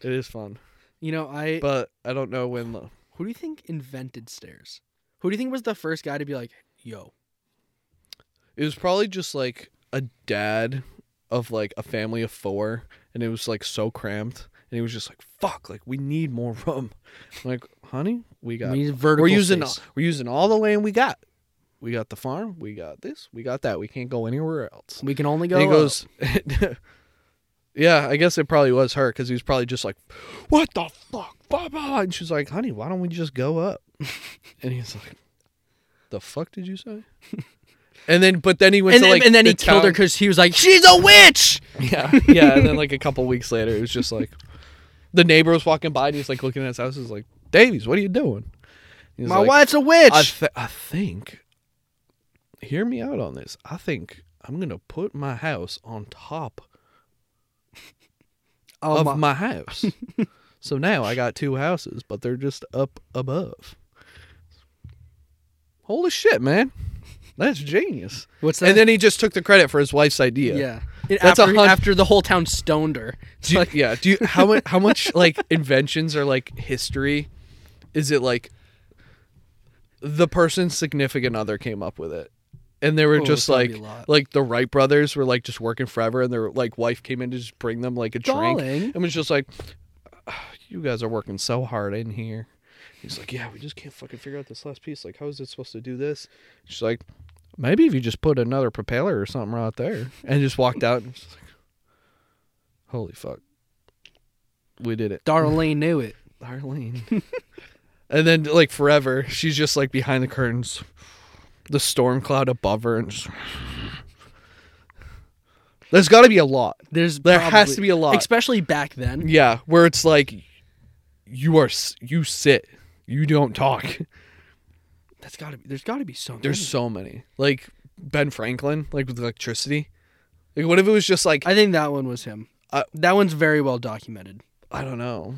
[SPEAKER 2] It is fun.
[SPEAKER 1] You know, I.
[SPEAKER 2] But I don't know when the
[SPEAKER 1] who do you think invented stairs? Who do you think was the first guy to be like, yo?
[SPEAKER 2] it was probably just like a dad of like a family of four and it was like so cramped and he was just like fuck like we need more room. I'm like, honey, we got
[SPEAKER 1] We need
[SPEAKER 2] we're
[SPEAKER 1] vertical
[SPEAKER 2] using
[SPEAKER 1] space."
[SPEAKER 2] we're using all the land we got. We got the farm, we got this, we got that. We can't go anywhere else.
[SPEAKER 1] We can only go.
[SPEAKER 2] And he
[SPEAKER 1] up."
[SPEAKER 2] goes [laughs] Yeah, I guess it probably was her because he was probably just like, "What the fuck?" Blah, blah. And she's like, "Honey, why don't we just go up?" [laughs] and he's like, "The fuck did you [laughs] say?" and then, but then he went
[SPEAKER 1] and,
[SPEAKER 2] to
[SPEAKER 1] then-
[SPEAKER 2] like,
[SPEAKER 1] and then
[SPEAKER 2] the
[SPEAKER 1] he killed her
[SPEAKER 2] town-
[SPEAKER 1] because he was like, she's a witch.
[SPEAKER 2] [laughs] yeah, yeah. And then like a couple weeks later, it was just like, the neighbor was walking by and he's like looking at his house. He's like, "Davies, what are you doing?" He's
[SPEAKER 1] My
[SPEAKER 2] like,
[SPEAKER 1] wife's a witch.
[SPEAKER 2] I, th- I think. Hear me out on this. I think I'm gonna put my house on top
[SPEAKER 1] Oh,
[SPEAKER 2] of
[SPEAKER 1] my- [laughs]
[SPEAKER 2] my, house. so now I got two houses, but they're just up above. Holy shit, man. That's genius.
[SPEAKER 1] What's that?
[SPEAKER 2] And then he just took the credit for his wife's idea.
[SPEAKER 1] yeah. And
[SPEAKER 2] That's a
[SPEAKER 1] after,
[SPEAKER 2] hun-
[SPEAKER 1] after the whole town stoned her. It's
[SPEAKER 2] Do you-
[SPEAKER 1] like,
[SPEAKER 2] yeah. Do you how much how much like [laughs] inventions are like history? Is it like the person's significant other came up with it? and they were
[SPEAKER 1] Oh,
[SPEAKER 2] just
[SPEAKER 1] it's gotta
[SPEAKER 2] like
[SPEAKER 1] be a lot.
[SPEAKER 2] like the Wright brothers were like just working forever, and their like wife came in to just bring them like a
[SPEAKER 1] Darling.
[SPEAKER 2] drink, and was just like, "Ah, "You guys are working so hard in here." He's like, "Yeah, we just can't fucking figure out this last piece. Like, how is it supposed to do this?" She's like, "Maybe if you just put another propeller or something right there," and just walked out. And was just like, Holy fuck, we did it. [laughs]
[SPEAKER 1] Darlene knew it.
[SPEAKER 2] Darlene. and then like forever, she's just like behind the curtains, the storm cloud above her, and just. There's got to be a lot.
[SPEAKER 1] There's
[SPEAKER 2] There has
[SPEAKER 1] probably-
[SPEAKER 2] to be a lot.
[SPEAKER 1] especially back then.
[SPEAKER 2] Yeah, where it's like, you are s- you sit, you don't talk. [laughs]
[SPEAKER 1] That's gotta be. There's gotta be so. Many.
[SPEAKER 2] There's so many. Like Ben Franklin, like with electricity. Like what if it was just like I,
[SPEAKER 1] I think that one was him.
[SPEAKER 2] I-
[SPEAKER 1] that one's very well documented.
[SPEAKER 2] don't know,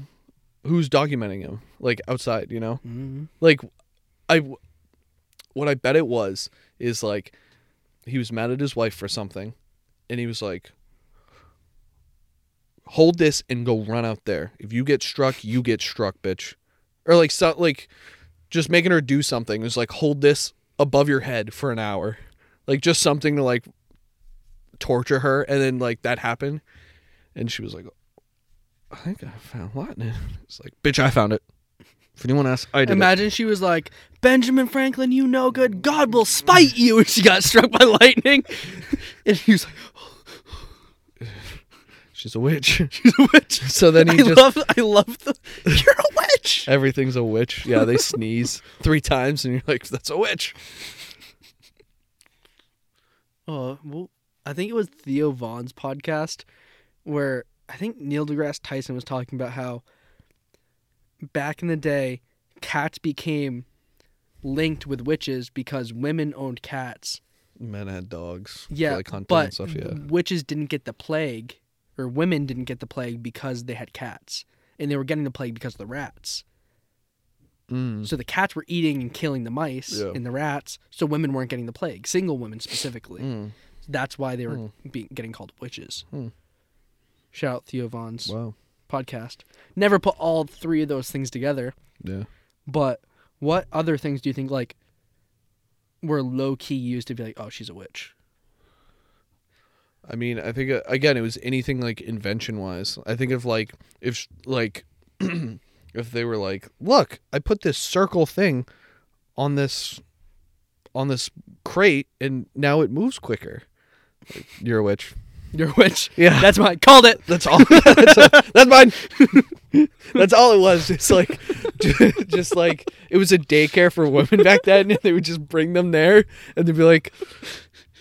[SPEAKER 2] who's documenting him? Like outside, you know. like I w- what I bet it was is like he was mad at his wife for something and he was like hold this and go run out there. If you get struck, you get struck, bitch. Or like so, like just making her do something. It was like hold this above your head for an hour. Like just something to like torture her and then like that happened and she was like I think I found lightning. [laughs] It's like, bitch, I found it. If anyone asks, I did. it."
[SPEAKER 1] Imagine she was like, Benjamin Franklin, you no good. God will spite you. [laughs] And she got struck by lightning. [laughs] and he was like,
[SPEAKER 2] She's a witch. [laughs]
[SPEAKER 1] She's a witch.
[SPEAKER 2] so then
[SPEAKER 1] I
[SPEAKER 2] he just
[SPEAKER 1] love, I love the. [laughs] You're a witch.
[SPEAKER 2] [laughs] everything's a witch. Yeah, [laughs] they sneeze three times, and you're like, "That's a witch."
[SPEAKER 1] Oh, well, I think it was Theo Vaughn's podcast where I think Neil deGrasse Tyson was talking about how back in the day, cats became linked with witches because women owned cats.
[SPEAKER 2] Men had dogs. for,
[SPEAKER 1] Yeah,
[SPEAKER 2] like hunting
[SPEAKER 1] but
[SPEAKER 2] and stuff. Yeah,
[SPEAKER 1] witches didn't get the plague, or women didn't get the plague because they had cats, and they were getting the plague because of the rats.
[SPEAKER 2] Mm.
[SPEAKER 1] So the cats were eating and killing the mice
[SPEAKER 2] Yeah.
[SPEAKER 1] and the rats, so women weren't getting the plague. Single women specifically.
[SPEAKER 2] Mm.
[SPEAKER 1] That's why they were being, getting called witches. Shout out Theo Vaughn's
[SPEAKER 2] wow.
[SPEAKER 1] podcast. Never put all three of those things together,
[SPEAKER 2] Yeah,
[SPEAKER 1] but what other things do you think like were low key used to be like, oh, she's a witch? [laughs]
[SPEAKER 2] I mean, I think uh, again, it was anything like invention wise. I think of like if sh- like [clears throat] if they were like, "Look, I put this circle thing on this on this crate, and now it moves quicker." Like, you're a witch.
[SPEAKER 1] You're a witch. [laughs]
[SPEAKER 2] Yeah.
[SPEAKER 1] that's mine. Called it.
[SPEAKER 2] That's all. [laughs] that's, that's mine. [laughs] that's all it was. It's like, ju- just like it was a daycare for women back then, and they would just bring them there, and they'd be like,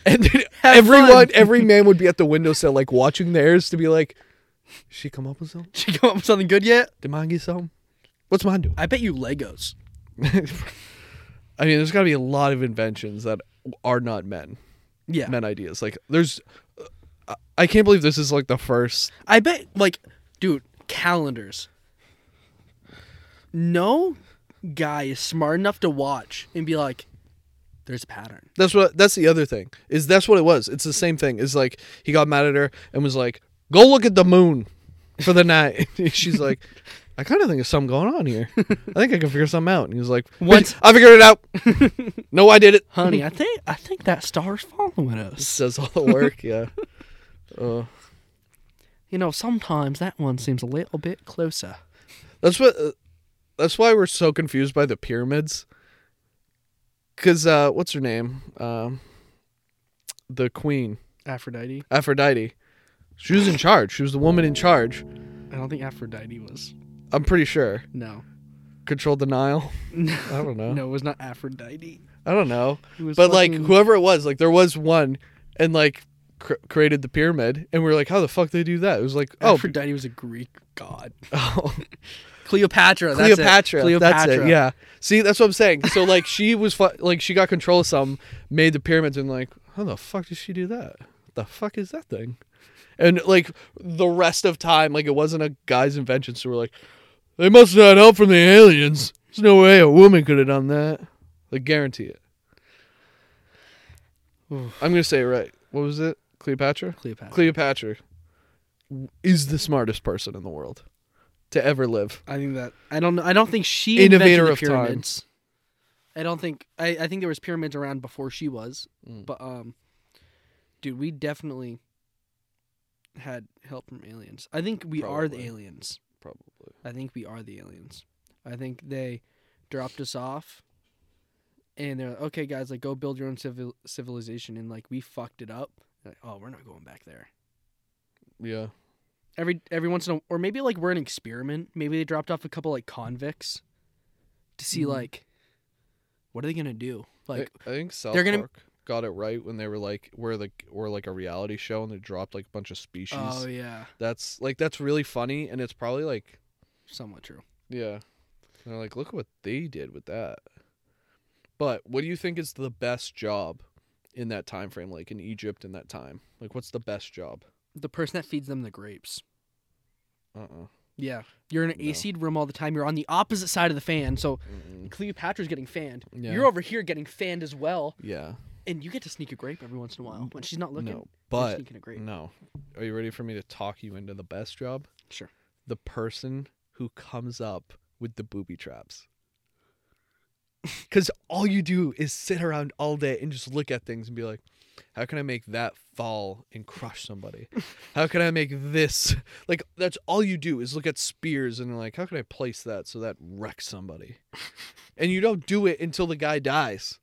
[SPEAKER 2] and then
[SPEAKER 1] Have
[SPEAKER 2] everyone,
[SPEAKER 1] fun.
[SPEAKER 2] every man would be at the
[SPEAKER 1] [laughs]
[SPEAKER 2] windowsill, like watching theirs, to be like, "She come up with something?
[SPEAKER 1] Did you come up with something good yet?
[SPEAKER 2] Did mine get something? What's mine doing?"
[SPEAKER 1] I bet you Legos.
[SPEAKER 2] I mean, there's got to be a lot of inventions that are not men,
[SPEAKER 1] Yeah.
[SPEAKER 2] men ideas. Like, there's, I- I can't believe this is like the first.
[SPEAKER 1] I bet, like, dude, calendars. No guy is smart enough to watch and be like, there's a pattern.
[SPEAKER 2] That's what. That's the other thing. Is that's what it was. It's the same thing. Is like he got mad at her and was like, "Go look at the moon for the night." [laughs] She's like, "I kind of think there's something going on here. I think I can figure something out." And he was like,
[SPEAKER 1] Once-
[SPEAKER 2] "What? I figured it out. no, I did it."
[SPEAKER 1] [laughs] Honey, I think I think that star's following us.
[SPEAKER 2] Does all the work. Yeah.
[SPEAKER 1] You know, sometimes that one seems a little bit closer.
[SPEAKER 2] That's what. Uh, that's why we're so confused by the pyramids. Cause uh, what's her name? Um, the queen,
[SPEAKER 1] Aphrodite.
[SPEAKER 2] Aphrodite. She was in charge. She was the woman in charge.
[SPEAKER 1] I don't think Aphrodite was.
[SPEAKER 2] I'm pretty sure.
[SPEAKER 1] No.
[SPEAKER 2] controlled the
[SPEAKER 1] [laughs]
[SPEAKER 2] Nile. I don't know.
[SPEAKER 1] No, it was not Aphrodite.
[SPEAKER 2] I don't know.
[SPEAKER 1] was
[SPEAKER 2] But like
[SPEAKER 1] fucking-
[SPEAKER 2] whoever it was, like there was one, and like cr- created the pyramid, and we were like, how the fuck they do that? It was like, oh,
[SPEAKER 1] Aphrodite was a Greek god.
[SPEAKER 2] oh,
[SPEAKER 1] [laughs] Cleopatra. That's
[SPEAKER 2] Cleopatra.
[SPEAKER 1] It.
[SPEAKER 2] Cleopatra. That's it. Yeah. See, that's what I'm saying. So like she was fu- like she got control of some, made the pyramids, and like how the fuck did she do that? The fuck is that thing? And like the rest of time, like it wasn't a guy's invention. So we're like, they must have had help from the aliens. There's no way a woman could have done that. Like guarantee it. I'm gonna say it right. What was it? Cleopatra.
[SPEAKER 1] Cleopatra.
[SPEAKER 2] Cleopatra is the smartest person in the world to ever live.
[SPEAKER 1] I think that I don't know. I don't think she
[SPEAKER 2] Innovator
[SPEAKER 1] invented the
[SPEAKER 2] of time.
[SPEAKER 1] pyramids. I don't think I, I think there was pyramids around before she was, but um, dude, we definitely had help from aliens. I think we are the
[SPEAKER 2] Probably.
[SPEAKER 1] aliens.
[SPEAKER 2] Probably.
[SPEAKER 1] I think we are the aliens. I think they dropped us off, and they're like, okay, guys, like go build your own civil civilization, and like we fucked it up. Like, oh, we're not going back there.
[SPEAKER 2] Yeah.
[SPEAKER 1] Every every once in a or maybe like we're an experiment. Maybe they dropped off a couple like convicts to see like what are they gonna do. Like
[SPEAKER 2] I, I think South
[SPEAKER 1] they're gonna-
[SPEAKER 2] Park got it right when they were like we're like we're like a reality show and they dropped like a bunch of species.
[SPEAKER 1] oh yeah,
[SPEAKER 2] That's like that's really funny and it's probably like
[SPEAKER 1] somewhat true.
[SPEAKER 2] yeah. And they're like look what they did with that. But what do you think is the best job in that time frame like in Egypt in that time? Like what's the best job?
[SPEAKER 1] The person that feeds them the grapes.
[SPEAKER 2] Uh-uh.
[SPEAKER 1] Yeah, you're in an AC room all the time. You're on the opposite side of the fan, so Cleopatra's getting fanned.
[SPEAKER 2] Yeah.
[SPEAKER 1] You're over here getting fanned as well,
[SPEAKER 2] Yeah.
[SPEAKER 1] and you get to sneak a grape every once in a while when she's not looking.
[SPEAKER 2] No.
[SPEAKER 1] you're
[SPEAKER 2] But
[SPEAKER 1] sneaking a grape.
[SPEAKER 2] no. Are you ready for me to talk you into the best job?
[SPEAKER 1] Sure.
[SPEAKER 2] The person who comes up with the
[SPEAKER 1] [laughs]
[SPEAKER 2] booby traps. Cuz all you do is sit around all day and just look at things and be like, how can I make that fall and crush
[SPEAKER 1] [laughs]
[SPEAKER 2] somebody? How can I make this? [laughs] Like that's all you do is look at spears and like, how can I place that so that
[SPEAKER 1] [laughs]
[SPEAKER 2] wrecks somebody? And you don't do it until the guy dies.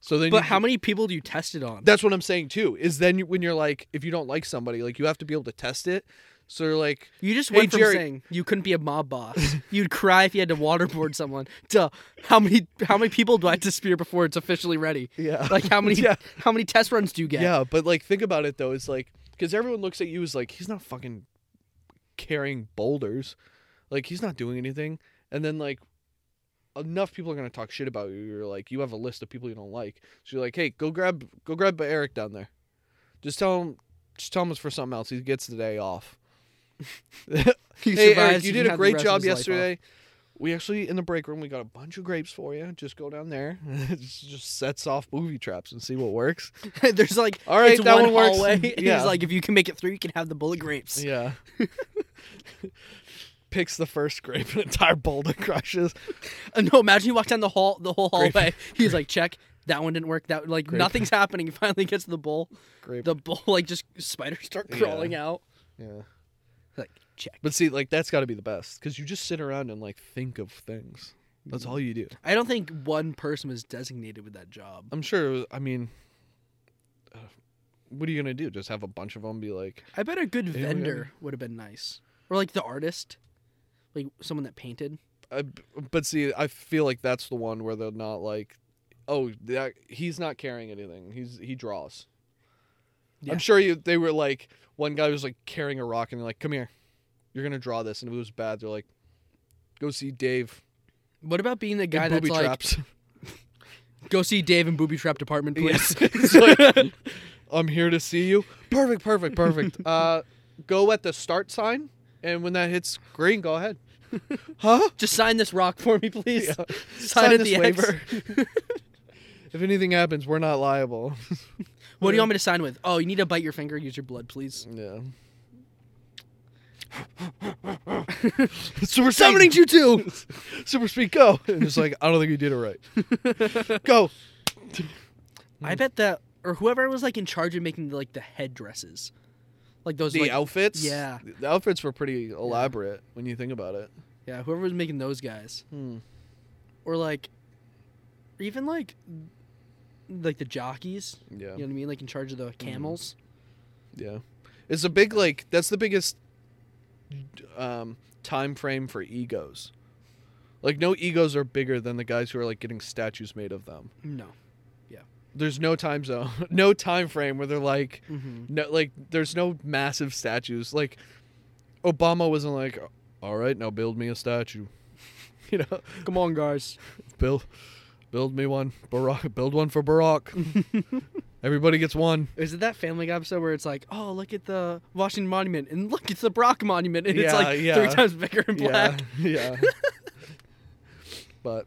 [SPEAKER 2] So then
[SPEAKER 1] But
[SPEAKER 2] you
[SPEAKER 1] how many people do you test it on?
[SPEAKER 2] that's what I'm saying too. Is then you- when you're like, if you don't like somebody, like you have to be able to test it. So you're like,
[SPEAKER 1] You just
[SPEAKER 2] Hey,
[SPEAKER 1] went from
[SPEAKER 2] Jerry.
[SPEAKER 1] saying you couldn't be a mob boss. [laughs] You'd cry if you had to waterboard someone. To how many how many people do I have to spear before it's officially ready?
[SPEAKER 2] Yeah.
[SPEAKER 1] Like how many
[SPEAKER 2] [laughs] Yeah.
[SPEAKER 1] how many test runs do you get?
[SPEAKER 2] yeah, but like think about it though. It's like because everyone looks at you as like he's not fucking carrying boulders, like he's not doing anything. And then like enough people are gonna talk shit about you. You're like you have a list of people you don't like. So you're like, hey, go grab go grab Eric down there. Just tell him just tell him it's for something else. He gets the day off.
[SPEAKER 1] He
[SPEAKER 2] hey,
[SPEAKER 1] survives,
[SPEAKER 2] Eric,
[SPEAKER 1] he
[SPEAKER 2] you
[SPEAKER 1] can
[SPEAKER 2] did a
[SPEAKER 1] have the
[SPEAKER 2] great
[SPEAKER 1] rest of
[SPEAKER 2] job
[SPEAKER 1] his life off.
[SPEAKER 2] yesterday. We actually in the break room we got a bunch of grapes for you. Just go down there, [laughs] just just sets off movie traps and see what works.
[SPEAKER 1] [laughs] There's like
[SPEAKER 2] All right,
[SPEAKER 1] it's
[SPEAKER 2] that
[SPEAKER 1] one,
[SPEAKER 2] one works.
[SPEAKER 1] hallway.
[SPEAKER 2] [laughs]
[SPEAKER 1] [laughs] and
[SPEAKER 2] Yeah.
[SPEAKER 1] He's like if you can make it through, you can have the bullet grapes.
[SPEAKER 2] Yeah. [laughs] Picks the first grape, an entire boulder crushes.
[SPEAKER 1] Uh, [laughs] no, imagine you walk down the hall the whole hallway. He's like check. That one didn't work. That like nothing's happening. [laughs] He finally gets to the bowl.
[SPEAKER 2] Grape.
[SPEAKER 1] The bowl like just spiders start crawling out.
[SPEAKER 2] Yeah.
[SPEAKER 1] Like check.
[SPEAKER 2] But see, like that's got to be the best because you just sit around and like think of things. That's all you do.
[SPEAKER 1] I don't think one person was designated with that job.
[SPEAKER 2] I'm sure. It was, I mean, uh, what are you gonna do? Just have a bunch of them be like,
[SPEAKER 1] I bet a good
[SPEAKER 2] we got
[SPEAKER 1] vendor would have been nice, or like the artist, like someone that painted.
[SPEAKER 2] I, but see, I feel like that's the one where they're not like, oh, that, he's not carrying anything. He's he draws.
[SPEAKER 1] Yeah.
[SPEAKER 2] I'm sure you, they were like one guy was like carrying a rock and they're like, come here, you're gonna draw this, and if it was bad, they're like, go see Dave.
[SPEAKER 1] What about being the
[SPEAKER 2] in
[SPEAKER 1] guy that's
[SPEAKER 2] booby
[SPEAKER 1] like, [laughs]
[SPEAKER 2] traps. [laughs]
[SPEAKER 1] go see Dave in Booby Trap Department, please? [laughs]
[SPEAKER 2] It's like, I'm here to see you. Perfect,
[SPEAKER 1] [laughs]
[SPEAKER 2] perfect, perfect. Uh, go at the start sign, and when that hits green, go ahead. Huh?
[SPEAKER 1] Just sign this rock for me, please.
[SPEAKER 2] Yeah.
[SPEAKER 1] [laughs] Sign, at
[SPEAKER 2] this
[SPEAKER 1] the X.
[SPEAKER 2] waiver. [laughs] if anything happens, we're not liable.
[SPEAKER 1] What do you want me to sign with? Oh, you need to bite your finger. Use your blood, please.
[SPEAKER 2] yeah. [laughs] Super
[SPEAKER 1] Summoning
[SPEAKER 2] you too. [laughs] Super speed, go. And [laughs] it's like I don't think you did it right. [laughs] go.
[SPEAKER 1] [laughs]
[SPEAKER 2] Mm.
[SPEAKER 1] I bet that, or whoever was like in charge of making like the headdresses, like those
[SPEAKER 2] The
[SPEAKER 1] like,
[SPEAKER 2] outfits.
[SPEAKER 1] yeah.
[SPEAKER 2] The outfits were pretty elaborate when you think about it.
[SPEAKER 1] Yeah, whoever was making those guys. Or like or even like like the jockeys.
[SPEAKER 2] Yeah.
[SPEAKER 1] You know what I mean? Like in charge of the
[SPEAKER 2] Mm-hmm.
[SPEAKER 1] camels.
[SPEAKER 2] Yeah. It's a big like that's the biggest um time frame for egos. Like no egos are bigger than the guys who are like getting statues made of them.
[SPEAKER 1] No.
[SPEAKER 2] there's no time zone, [laughs] no time frame where they're like,
[SPEAKER 1] Mm-hmm.
[SPEAKER 2] no, like there's no massive statues. Like Obama wasn't like, all right, now build me a statue. [laughs] You know,
[SPEAKER 1] Come on, guys.
[SPEAKER 2] build, build me one. Barack, build one for Barack.
[SPEAKER 1] [laughs]
[SPEAKER 2] Everybody gets one.
[SPEAKER 1] Is it that Family Guy episode where it's like, oh, look at the Washington Monument and look, it's the Brock Monument and it's
[SPEAKER 2] Yeah,
[SPEAKER 1] like three
[SPEAKER 2] yeah.
[SPEAKER 1] times bigger and [laughs] black?
[SPEAKER 2] Yeah, yeah. but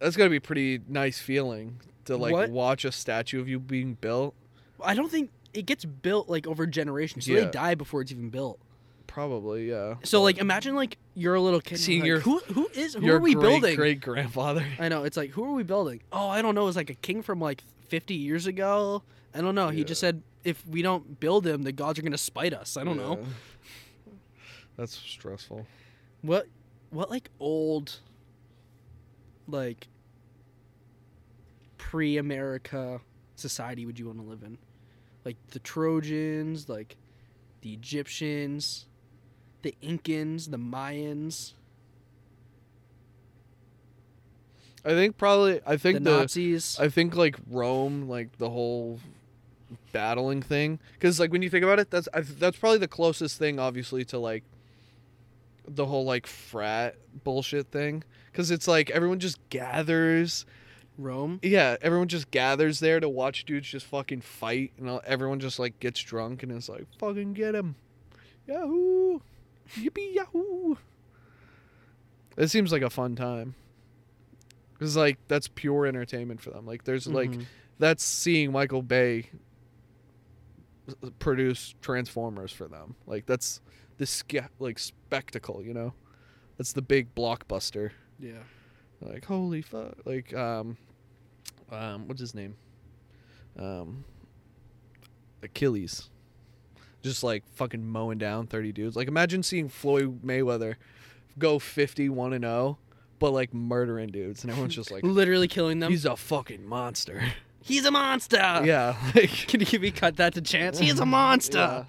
[SPEAKER 2] that's gotta be a pretty nice feeling to like
[SPEAKER 1] What?
[SPEAKER 2] watch a statue of you being built.
[SPEAKER 1] I don't think it gets built like over generations. So
[SPEAKER 2] Yeah.
[SPEAKER 1] they die before it's even built.
[SPEAKER 2] Probably, yeah.
[SPEAKER 1] So like, imagine like you're a little kid.
[SPEAKER 2] Seeing
[SPEAKER 1] Seeing
[SPEAKER 2] your-
[SPEAKER 1] your who who is who
[SPEAKER 2] Your
[SPEAKER 1] are we
[SPEAKER 2] great,
[SPEAKER 1] building?
[SPEAKER 2] Great grandfather.
[SPEAKER 1] I know it's like who are we building? Oh, I don't know. It's like a king from like 50 years ago. I don't know. He just
[SPEAKER 2] Yeah.
[SPEAKER 1] said if we don't build him, the gods are gonna spite us. I don't know.
[SPEAKER 2] That's stressful.
[SPEAKER 1] What what like old like pre-America society would you want to live in? Like the Trojans, like the Egyptians, the Incans, the Mayans,
[SPEAKER 2] I think probably. I
[SPEAKER 1] the,
[SPEAKER 2] think the.
[SPEAKER 1] Nazis.
[SPEAKER 2] I think like Rome, like the whole battling thing, because like when you think about it, that's i that's probably the closest thing, obviously, to like the whole like frat bullshit thing, because it's like everyone just gathers.
[SPEAKER 1] Rome.
[SPEAKER 2] Yeah, everyone just gathers there to watch dudes just fucking fight, and all- everyone just like gets drunk and is like, "Fucking get him, yahoo, yippee yahoo." It seems like a fun time, because like that's pure entertainment for them. Like there's like
[SPEAKER 1] Mhm.
[SPEAKER 2] that's seeing Michael Bay s- produce Transformers for them. Like that's the sca- like spectacle, you know. That's the big blockbuster
[SPEAKER 1] Yeah.
[SPEAKER 2] like holy fuck like um um what's his name um achilles just like fucking mowing down 30 dudes like imagine seeing floyd mayweather go 51 and 0 but like murdering dudes and
[SPEAKER 1] [laughs]
[SPEAKER 2] everyone's just like
[SPEAKER 1] Literally killing them.
[SPEAKER 2] he's a fucking monster [laughs]
[SPEAKER 1] He's a monster.
[SPEAKER 2] yeah like
[SPEAKER 1] [laughs] Can you we cut that to chance? He's a monster.
[SPEAKER 2] [laughs] yeah.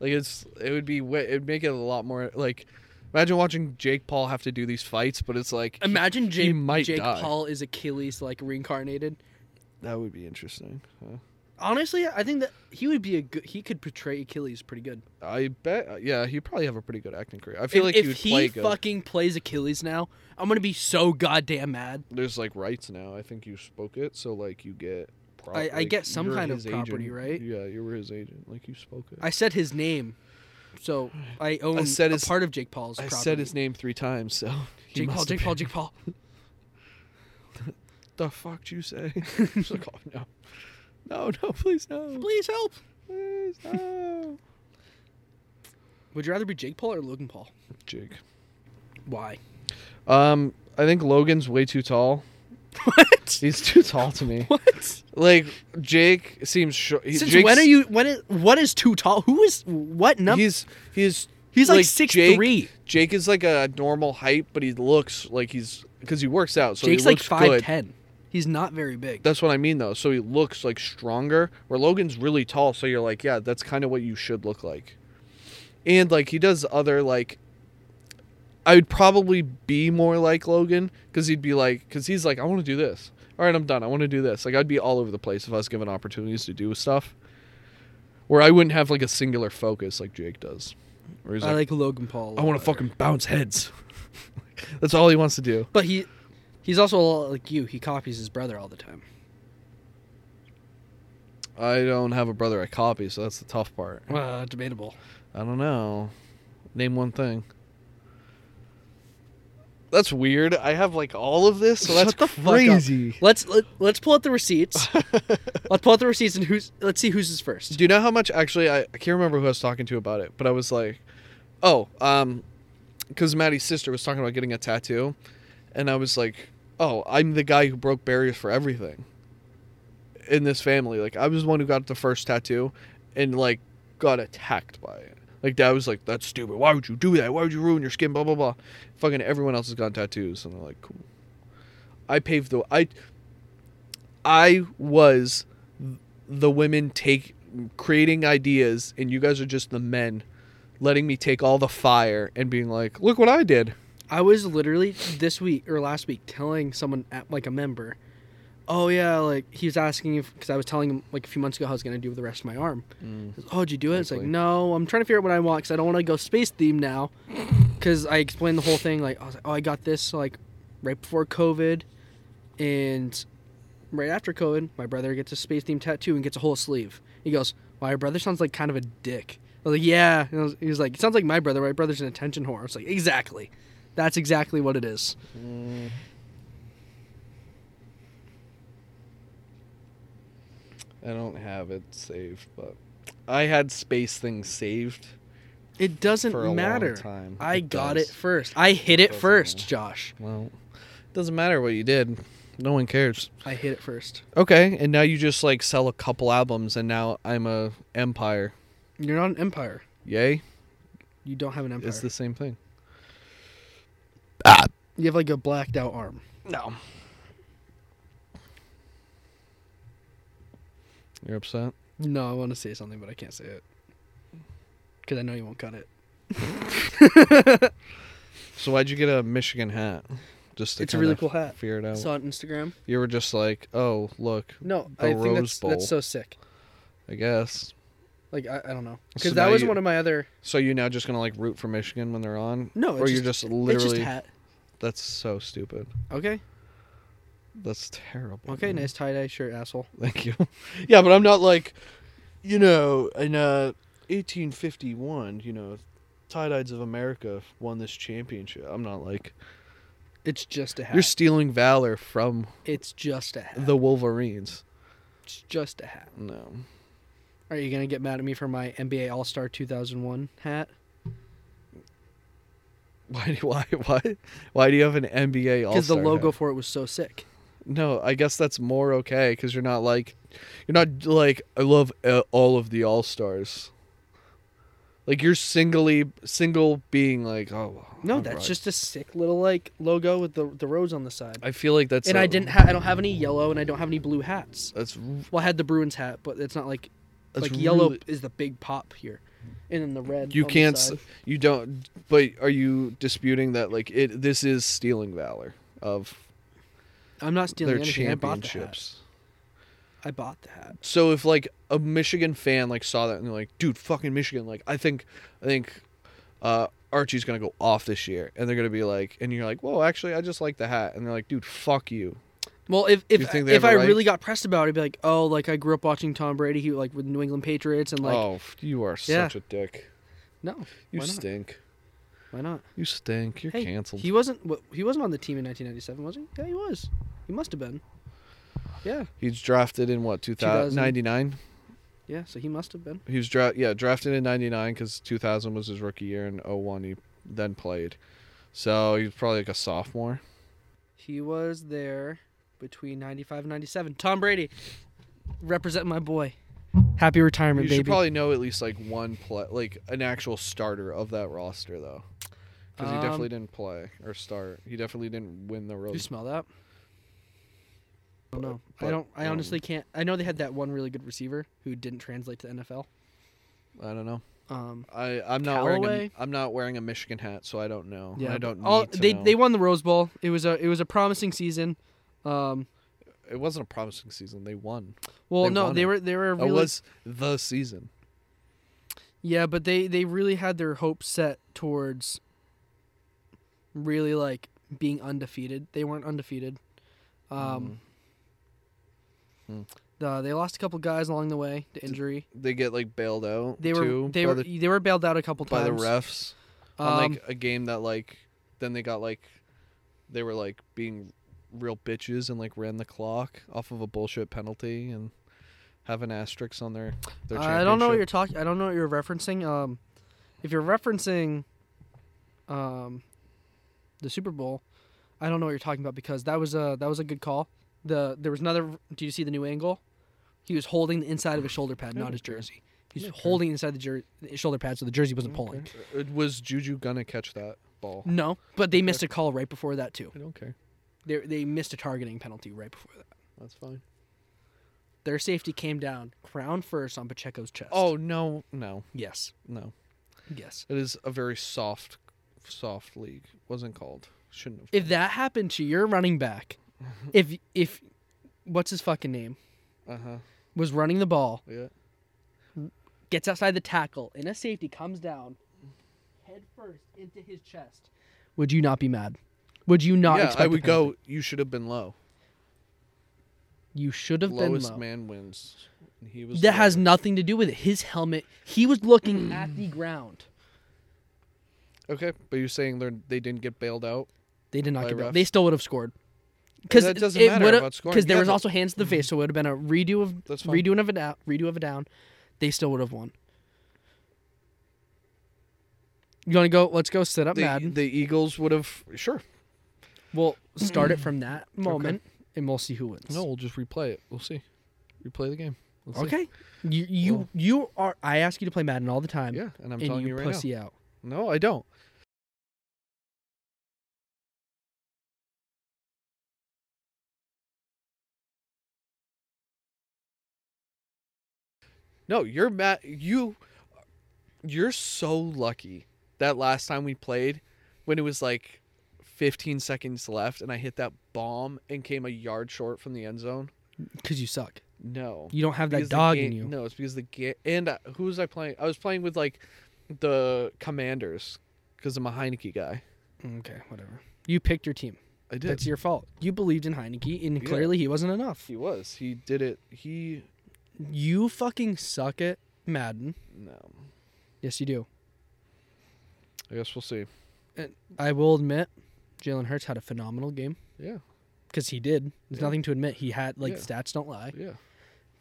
[SPEAKER 2] like it's it would be way it'd make it a lot more like imagine watching jake paul have to do these fights but it's like
[SPEAKER 1] Imagine Jake,
[SPEAKER 2] might
[SPEAKER 1] Jake
[SPEAKER 2] die.
[SPEAKER 1] Paul is Achilles like reincarnated.
[SPEAKER 2] that would be interesting huh?
[SPEAKER 1] Honestly, I think that he would be a good. He could portray Achilles pretty good.
[SPEAKER 2] I bet. uh, Yeah, he'd probably have a pretty good acting career. I feel like
[SPEAKER 1] if
[SPEAKER 2] he would
[SPEAKER 1] he
[SPEAKER 2] play good.
[SPEAKER 1] fucking plays Achilles now, I'm gonna be so goddamn mad.
[SPEAKER 2] There's like rights now. I think you spoke it, so like you get. Prop-
[SPEAKER 1] I- I
[SPEAKER 2] like,
[SPEAKER 1] get some
[SPEAKER 2] you're
[SPEAKER 1] kind of
[SPEAKER 2] his
[SPEAKER 1] property,
[SPEAKER 2] agent.
[SPEAKER 1] right?
[SPEAKER 2] Yeah, you were his agent. Like you spoke it.
[SPEAKER 1] I said his name, so I own
[SPEAKER 2] I said
[SPEAKER 1] a
[SPEAKER 2] his-
[SPEAKER 1] part of Jake Paul's.
[SPEAKER 2] I
[SPEAKER 1] property.
[SPEAKER 2] said his name three times, so [laughs] he
[SPEAKER 1] Jake Paul.
[SPEAKER 2] must
[SPEAKER 1] Jake
[SPEAKER 2] have
[SPEAKER 1] Paul.
[SPEAKER 2] been-
[SPEAKER 1] Jake
[SPEAKER 2] [laughs]
[SPEAKER 1] Paul.
[SPEAKER 2] The fuck you
[SPEAKER 1] [laughs]
[SPEAKER 2] say? He's like, oh no, no, no, please no,
[SPEAKER 1] Please help.
[SPEAKER 2] please no.
[SPEAKER 1] Would you rather be Jake Paul or Logan Paul?
[SPEAKER 2] Jake.
[SPEAKER 1] Why?
[SPEAKER 2] Um, I think Logan's way too tall.
[SPEAKER 1] [laughs] What?
[SPEAKER 2] [laughs] He's too tall to me.
[SPEAKER 1] [laughs] What?
[SPEAKER 2] Like Jake seems short.
[SPEAKER 1] Since when are you? When is what is too tall? Who is what number?
[SPEAKER 2] He's he's
[SPEAKER 1] He's like
[SPEAKER 2] Jake-
[SPEAKER 1] 6'3".
[SPEAKER 2] Jake is like a normal height, but he looks like he's because he works out. So
[SPEAKER 1] Jake's
[SPEAKER 2] he
[SPEAKER 1] like
[SPEAKER 2] looks
[SPEAKER 1] five
[SPEAKER 2] good.
[SPEAKER 1] ten. He's not very big.
[SPEAKER 2] That's what I mean though. So he looks like stronger. Where Logan's really tall, so you're like, yeah, that's kind of what you should look like. And like he does other like. I would probably be more like Logan because he'd be like, because he's like, I want to do this. All right, I'm done. I want to do this. Like I'd be all over the place if I was given opportunities to do stuff. Where I wouldn't have like a singular focus like Jake does. Where he's
[SPEAKER 1] I like Logan Paul. a
[SPEAKER 2] I
[SPEAKER 1] lot
[SPEAKER 2] want to
[SPEAKER 1] better.
[SPEAKER 2] fucking bounce heads. [laughs] That's all he wants to do.
[SPEAKER 1] But he, he's also a lot like you. He copies his brother all the time.
[SPEAKER 2] I don't have a brother I copy, so that's the tough part.
[SPEAKER 1] Uh, debatable.
[SPEAKER 2] I don't know. Name one thing. That's weird. I have like all of this, so that's
[SPEAKER 1] Shut the fuck up.
[SPEAKER 2] crazy.
[SPEAKER 1] Let's let, let's pull out the receipts. [laughs] let's pull out the receipts and who's let's see who's is first.
[SPEAKER 2] Do you know how much actually I, I can't remember who I was talking to about it, but I was like, oh, um, because Maddie's sister was talking about getting a tattoo, and I was like, oh, I'm the guy who broke barriers for everything in this family. Like I was the one who got the first tattoo, and like got attacked by it. Like dad was like, that's stupid. Why would you do that? Why would you ruin your skin? Blah blah blah. Fucking everyone else has gotten tattoos, and I'm like, cool. I paved the I. I was the women take creating ideas and you guys are just the men letting me take all the fire and being like look what i did
[SPEAKER 1] I was literally this week or last week telling someone at, like a member, oh yeah, like he was asking if because I was telling him like a few months ago how I was gonna do with the rest of my arm. Says, oh, did you do it? It's like
[SPEAKER 2] Thankfully.
[SPEAKER 1] no, I'm trying to figure out what I want because I don't want to go space theme now. Because I explained the whole thing like I was like, oh I got this like right before COVID, and right after COVID, my brother gets a space theme tattoo and gets a whole sleeve. He goes, "Wow, your brother sounds like kind of a dick." I was like, "Yeah," and I was, he was like, "It sounds like my brother. My brother's an attention whore." I was like, "Exactly, that's exactly what it is."
[SPEAKER 2] i don't have it saved but i had space things saved
[SPEAKER 1] It doesn't
[SPEAKER 2] For a long
[SPEAKER 1] matter.
[SPEAKER 2] time,
[SPEAKER 1] I
[SPEAKER 2] it
[SPEAKER 1] got
[SPEAKER 2] does.
[SPEAKER 1] it first. I hit it
[SPEAKER 2] doesn't
[SPEAKER 1] first, Josh.
[SPEAKER 2] Well, doesn't matter what you did. No one cares.
[SPEAKER 1] I hit it first.
[SPEAKER 2] Okay, and now you just like sell a couple albums, and now I'm a empire.
[SPEAKER 1] You're not an empire.
[SPEAKER 2] Yay,
[SPEAKER 1] You don't have an empire.
[SPEAKER 2] it's the same thing.
[SPEAKER 1] You have like a blacked out arm.
[SPEAKER 2] No. You're upset.
[SPEAKER 1] No, I want to say something, but I can't say it because I know you won't cut it.
[SPEAKER 2] So why'd you get a Michigan hat? Just to
[SPEAKER 1] It's a really
[SPEAKER 2] kinda
[SPEAKER 1] cool hat.
[SPEAKER 2] Figure it out.
[SPEAKER 1] Saw it on Instagram.
[SPEAKER 2] you were just like, oh look,
[SPEAKER 1] No,
[SPEAKER 2] The
[SPEAKER 1] I think
[SPEAKER 2] Rose
[SPEAKER 1] that's, that's so
[SPEAKER 2] Bowl.
[SPEAKER 1] sick.
[SPEAKER 2] I guess.
[SPEAKER 1] Like I, I don't know
[SPEAKER 2] So
[SPEAKER 1] because that
[SPEAKER 2] now
[SPEAKER 1] was
[SPEAKER 2] you-
[SPEAKER 1] one of my other.
[SPEAKER 2] So you're now just gonna like root for Michigan when they're on?
[SPEAKER 1] No,
[SPEAKER 2] or
[SPEAKER 1] it's
[SPEAKER 2] you're
[SPEAKER 1] just-
[SPEAKER 2] just literally.
[SPEAKER 1] It's just hat.
[SPEAKER 2] That's so stupid.
[SPEAKER 1] Okay,
[SPEAKER 2] That's terrible.
[SPEAKER 1] okay,
[SPEAKER 2] man.
[SPEAKER 1] nice tie dye shirt, asshole.
[SPEAKER 2] [laughs] Thank you. yeah, but I'm not like, you know, in uh, 1851, you know, tie dyes of America won this championship. I'm not like
[SPEAKER 1] It's just a hat.
[SPEAKER 2] you're stealing valor from
[SPEAKER 1] it's just a hat.
[SPEAKER 2] the Wolverines.
[SPEAKER 1] it's just a hat.
[SPEAKER 2] No, [laughs]
[SPEAKER 1] Are you gonna get mad at me for my NBA All Star 2001 hat?
[SPEAKER 2] why? do- Why? Why? Why do you have an NBA all?
[SPEAKER 1] Because the logo for it was so sick.
[SPEAKER 2] No, I guess that's more okay because you're not like, you're not like I love uh, all of the all stars. Like you're singly single being like oh well,
[SPEAKER 1] No,
[SPEAKER 2] I'm
[SPEAKER 1] that's
[SPEAKER 2] right.
[SPEAKER 1] just a sick little like logo with the the rose on the side.
[SPEAKER 2] I feel like that's
[SPEAKER 1] and
[SPEAKER 2] I
[SPEAKER 1] I didn't ha- I don't have any yellow and I don't have any blue hats.
[SPEAKER 2] that's
[SPEAKER 1] Well, I had the Bruins hat, but it's not like
[SPEAKER 2] Uh, That's
[SPEAKER 1] like yellow
[SPEAKER 2] really-
[SPEAKER 1] is the big pop here, and then the red.
[SPEAKER 2] you
[SPEAKER 1] on the
[SPEAKER 2] can't s
[SPEAKER 1] side.
[SPEAKER 2] you don't but are you disputing that like it this is stealing valor of
[SPEAKER 1] I'm not stealing
[SPEAKER 2] their
[SPEAKER 1] anything. I bought the hat.
[SPEAKER 2] championships
[SPEAKER 1] I bought the hat.
[SPEAKER 2] so if like a michigan fan like saw that and they're like dude fucking michigan like i think i think uh archie's gonna go off this year and they're gonna be like and you're like well actually i just like the hat and they're like dude fuck you
[SPEAKER 1] Well, if if,
[SPEAKER 2] You think they
[SPEAKER 1] if
[SPEAKER 2] have
[SPEAKER 1] I
[SPEAKER 2] a right?
[SPEAKER 1] really got pressed about it, I'd be like, oh, like I grew up watching Tom Brady, he like with New England Patriots, and like,
[SPEAKER 2] oh f- you are
[SPEAKER 1] Yeah.
[SPEAKER 2] such a dick
[SPEAKER 1] no,
[SPEAKER 2] you
[SPEAKER 1] why not?
[SPEAKER 2] stink
[SPEAKER 1] Why not?
[SPEAKER 2] you stink you're
[SPEAKER 1] Hey,
[SPEAKER 2] canceled
[SPEAKER 1] He wasn't. wa- He wasn't on the team in 1997, was he? Yeah, he was. He must have been. Yeah,
[SPEAKER 2] he's drafted in what 2000
[SPEAKER 1] 2000.
[SPEAKER 2] 99
[SPEAKER 1] yeah. So he must have been.
[SPEAKER 2] He was dra- yeah drafted in '99 because 2000 was his rookie year and 01 he then played, so he was probably like a sophomore.
[SPEAKER 1] He was there between 95 and 97. Tom Brady, represent my boy. Happy retirement,
[SPEAKER 2] You
[SPEAKER 1] baby.
[SPEAKER 2] should probably know at least like one play, like an actual starter of that roster though, because he
[SPEAKER 1] Um,
[SPEAKER 2] definitely didn't play or start. He definitely didn't win the
[SPEAKER 1] Do you
[SPEAKER 2] Rose.
[SPEAKER 1] smell that? I don't know.
[SPEAKER 2] but,
[SPEAKER 1] I don't. I
[SPEAKER 2] um,
[SPEAKER 1] honestly can't. I know they had that one really good receiver who didn't translate to NFL.
[SPEAKER 2] I don't know.
[SPEAKER 1] Um,
[SPEAKER 2] I I'm not wearing
[SPEAKER 1] Callaway?
[SPEAKER 2] a, I'm not wearing a Michigan hat, so I don't know.
[SPEAKER 1] yeah,
[SPEAKER 2] I don't.
[SPEAKER 1] all-
[SPEAKER 2] need to
[SPEAKER 1] they
[SPEAKER 2] know.
[SPEAKER 1] they won the Rose Bowl. It was a it was a promising season. Um,
[SPEAKER 2] It wasn't a promising season. They won.
[SPEAKER 1] well,
[SPEAKER 2] They
[SPEAKER 1] no,
[SPEAKER 2] won
[SPEAKER 1] they
[SPEAKER 2] it.
[SPEAKER 1] were they were a
[SPEAKER 2] It
[SPEAKER 1] really
[SPEAKER 2] was the season.
[SPEAKER 1] yeah, but they they really had their hopes set towards really like being undefeated. They weren't undefeated.
[SPEAKER 2] Mm.
[SPEAKER 1] Um,
[SPEAKER 2] Hmm.
[SPEAKER 1] uh, they lost a couple guys along the way to injury.
[SPEAKER 2] They get like bailed out.
[SPEAKER 1] They
[SPEAKER 2] too,
[SPEAKER 1] were they
[SPEAKER 2] by
[SPEAKER 1] were
[SPEAKER 2] the
[SPEAKER 1] they were bailed out a couple
[SPEAKER 2] by
[SPEAKER 1] times Um,
[SPEAKER 2] the refs on like a game that like then they got like they were like being real bitches and like ran the clock off of a bullshit penalty and have an asterisk on their their
[SPEAKER 1] I don't know what you're
[SPEAKER 2] championship.
[SPEAKER 1] talking. I don't know what you're referencing. Um, if you're referencing, um, the Super Bowl, I don't know what you're talking about because that was a that was a good call. The there was another. Do you see the new angle? He was holding the inside of his shoulder pad, not his jersey. He's holding inside the jer- his shoulder pad, so the jersey wasn't pulling.
[SPEAKER 2] It was Juju gonna catch that ball.
[SPEAKER 1] No, but they missed a call right before that too.
[SPEAKER 2] I don't care.
[SPEAKER 1] They they missed a targeting penalty right before that.
[SPEAKER 2] That's fine.
[SPEAKER 1] Their safety came down crown first on Pacheco's chest.
[SPEAKER 2] Oh no, no,
[SPEAKER 1] yes,
[SPEAKER 2] no.
[SPEAKER 1] yes.
[SPEAKER 2] It is a very soft soft league. Wasn't called. Shouldn't have
[SPEAKER 1] if that happened to your running
[SPEAKER 2] [laughs]
[SPEAKER 1] back, if if what's his fucking name
[SPEAKER 2] uh huh.
[SPEAKER 1] was running the ball,
[SPEAKER 2] Yeah.
[SPEAKER 1] gets outside the tackle, and a safety comes down head first into his chest, would you not be mad? Would you not?
[SPEAKER 2] yeah,
[SPEAKER 1] expect
[SPEAKER 2] I
[SPEAKER 1] a
[SPEAKER 2] would
[SPEAKER 1] penalty?
[SPEAKER 2] go you should have been low.
[SPEAKER 1] You should have been
[SPEAKER 2] Lowest
[SPEAKER 1] low.
[SPEAKER 2] man wins. And he was
[SPEAKER 1] That has
[SPEAKER 2] low.
[SPEAKER 1] nothing to do with it. His helmet. He was looking at the ground.
[SPEAKER 2] Okay, but you're saying they they didn't get bailed out?
[SPEAKER 1] They did not
[SPEAKER 2] By
[SPEAKER 1] get
[SPEAKER 2] refs.
[SPEAKER 1] that. They still would have scored. Because
[SPEAKER 2] That doesn't matter about scoring.
[SPEAKER 1] Because there
[SPEAKER 2] Yeah,
[SPEAKER 1] was
[SPEAKER 2] but-
[SPEAKER 1] also hands to the face, so it would have been a redo of
[SPEAKER 2] That's fine.
[SPEAKER 1] redoing of a down, redo of a down. They still would have won. You want to go? Let's go sit up,
[SPEAKER 2] The,
[SPEAKER 1] Madden.
[SPEAKER 2] the Eagles would have sure.
[SPEAKER 1] We'll start it from
[SPEAKER 2] [clears throat]
[SPEAKER 1] that moment, and we'll see who wins.
[SPEAKER 2] No, we'll just replay it. We'll see. Replay the game. Let's see.
[SPEAKER 1] Okay. You you you are. I ask you to play Madden all the time.
[SPEAKER 2] Yeah, and I'm telling you right now.
[SPEAKER 1] pussy out.
[SPEAKER 2] No, I don't. No, you're mad. You, you're so lucky that last time we played, when it was like 15 seconds left, and I hit that bomb and came a yard short from the end zone.
[SPEAKER 1] Because you suck.
[SPEAKER 2] No,
[SPEAKER 1] You don't have that
[SPEAKER 2] because the
[SPEAKER 1] dog in
[SPEAKER 2] game-
[SPEAKER 1] you.
[SPEAKER 2] No, it's because the game. And uh, who was I playing? I was playing with like the Commanders because I'm a Heineke guy.
[SPEAKER 1] Okay, whatever. You picked your team.
[SPEAKER 2] I did.
[SPEAKER 1] That's your fault. You believed in Heineke, and clearly he wasn't enough.
[SPEAKER 2] he was. He did it. He
[SPEAKER 1] You fucking suck at Madden.
[SPEAKER 2] no.
[SPEAKER 1] Yes, you do.
[SPEAKER 2] I guess we'll see.
[SPEAKER 1] And I will admit, Jalen Hurts had a phenomenal game
[SPEAKER 2] Yeah,
[SPEAKER 1] because he did. There's nothing to admit. He had like
[SPEAKER 2] Yeah.
[SPEAKER 1] stats don't lie.
[SPEAKER 2] yeah.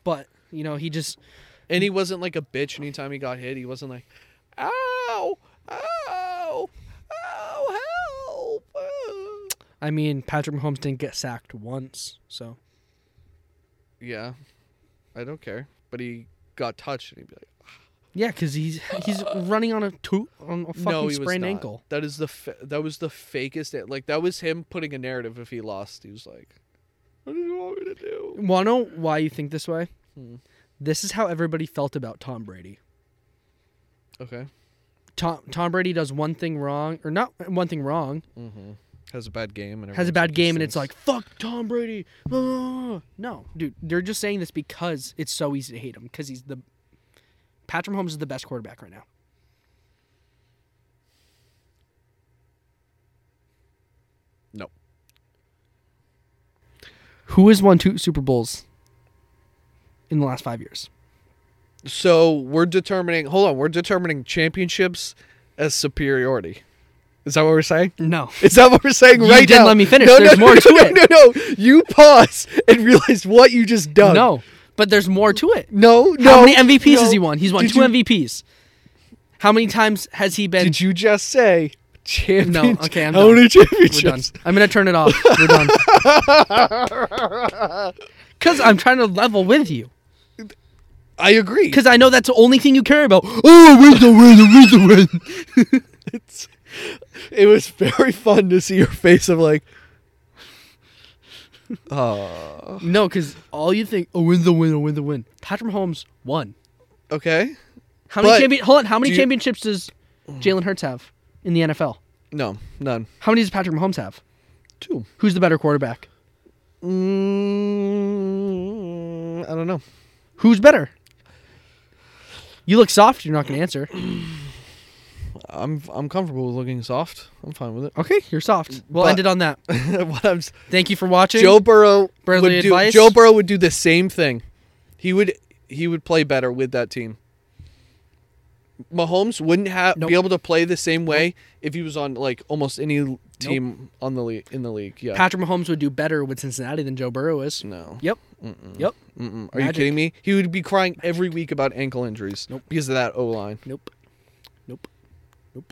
[SPEAKER 1] But you know he just
[SPEAKER 2] And he wasn't like a bitch anytime he got hit. He wasn't like, ow, ow, ow, help. ah."
[SPEAKER 1] I mean, Patrick Mahomes didn't get sacked once, so
[SPEAKER 2] Yeah, I don't care. But he got touched and he'd be like,
[SPEAKER 1] yeah, because he's
[SPEAKER 2] [laughs]
[SPEAKER 1] he's running on a to- on a fucking
[SPEAKER 2] no, he was
[SPEAKER 1] sprained
[SPEAKER 2] not.
[SPEAKER 1] ankle.
[SPEAKER 2] That is the fa- that was the fakest. Like that was him putting a narrative. If he lost, he was like, what do you want me to do?
[SPEAKER 1] Want to know why you think this way?
[SPEAKER 2] Hmm.
[SPEAKER 1] This is how everybody felt about Tom Brady.
[SPEAKER 2] Okay,
[SPEAKER 1] Tom Tom Brady does one thing wrong, or not one thing wrong,
[SPEAKER 2] has a bad game and
[SPEAKER 1] has a
[SPEAKER 2] everyone
[SPEAKER 1] bad
[SPEAKER 2] just
[SPEAKER 1] game, and it's like
[SPEAKER 2] thinks-
[SPEAKER 1] fuck Tom Brady. blah, blah, blah." No, dude, they're just saying this because it's so easy to hate him because he's the Patrick Mahomes is the best quarterback right now.
[SPEAKER 2] no.
[SPEAKER 1] Who has won two Super Bowls in the last five years?
[SPEAKER 2] So we're determining. Hold on, we're determining championships as superiority. Is that what we're saying?
[SPEAKER 1] No.
[SPEAKER 2] Is that what we're saying
[SPEAKER 1] You
[SPEAKER 2] right
[SPEAKER 1] didn't
[SPEAKER 2] now?
[SPEAKER 1] let me finish. There's more
[SPEAKER 2] no,
[SPEAKER 1] to
[SPEAKER 2] no,
[SPEAKER 1] it.
[SPEAKER 2] No, no, you pause and realize what you just done.
[SPEAKER 1] No, but there's more to it.
[SPEAKER 2] no, no.
[SPEAKER 1] How many MVPs
[SPEAKER 2] no.
[SPEAKER 1] has he won? He's won
[SPEAKER 2] Did
[SPEAKER 1] two
[SPEAKER 2] you-
[SPEAKER 1] MVPs. How many times has he been?
[SPEAKER 2] Did you just say champion?
[SPEAKER 1] okay, I'm
[SPEAKER 2] How
[SPEAKER 1] done.
[SPEAKER 2] many
[SPEAKER 1] We're done.
[SPEAKER 2] championships?
[SPEAKER 1] I'm gonna turn it off. We're
[SPEAKER 2] [laughs]
[SPEAKER 1] done. [laughs] Because I'm trying to level with you.
[SPEAKER 2] I agree.
[SPEAKER 1] Because I know that's the only thing you care about.
[SPEAKER 2] oh, win the win, the win, the win. it's, it was very fun to see your face of like,
[SPEAKER 1] [laughs] No, because all you think, oh, win the win, oh, win the win. Patrick Mahomes won.
[SPEAKER 2] okay,
[SPEAKER 1] How many
[SPEAKER 2] But
[SPEAKER 1] champion? Hold on. How many
[SPEAKER 2] do you-
[SPEAKER 1] championships does Jalen Hurts have in the NFL?
[SPEAKER 2] no, none,
[SPEAKER 1] How many does Patrick Mahomes have?
[SPEAKER 2] two.
[SPEAKER 1] Who's the better quarterback?
[SPEAKER 2] Mm, I don't know.
[SPEAKER 1] Who's better? You look soft. You're not gonna answer.
[SPEAKER 2] I'm I'm comfortable with looking soft. I'm fine with it.
[SPEAKER 1] Okay, you're soft. We'll
[SPEAKER 2] But-
[SPEAKER 1] end it on
[SPEAKER 2] [laughs]
[SPEAKER 1] that.
[SPEAKER 2] what I'm s-
[SPEAKER 1] Thank you for watching.
[SPEAKER 2] Joe Burrow
[SPEAKER 1] Bradley
[SPEAKER 2] would do,
[SPEAKER 1] advice?
[SPEAKER 2] Joe Burrow would do the same thing. He would he would play better with that team. Mahomes wouldn't have
[SPEAKER 1] Nope.
[SPEAKER 2] be able to play the same way if he was on like almost any l- team on the league in the league. Yeah.
[SPEAKER 1] Patrick Mahomes would do better with Cincinnati than Joe Burrow is.
[SPEAKER 2] no.
[SPEAKER 1] Yep. Yep.
[SPEAKER 2] Mm-mm. Are
[SPEAKER 1] Magic.
[SPEAKER 2] you kidding me? He would be crying every week about ankle injuries because of that O line.
[SPEAKER 1] Nope. Nope. Nope.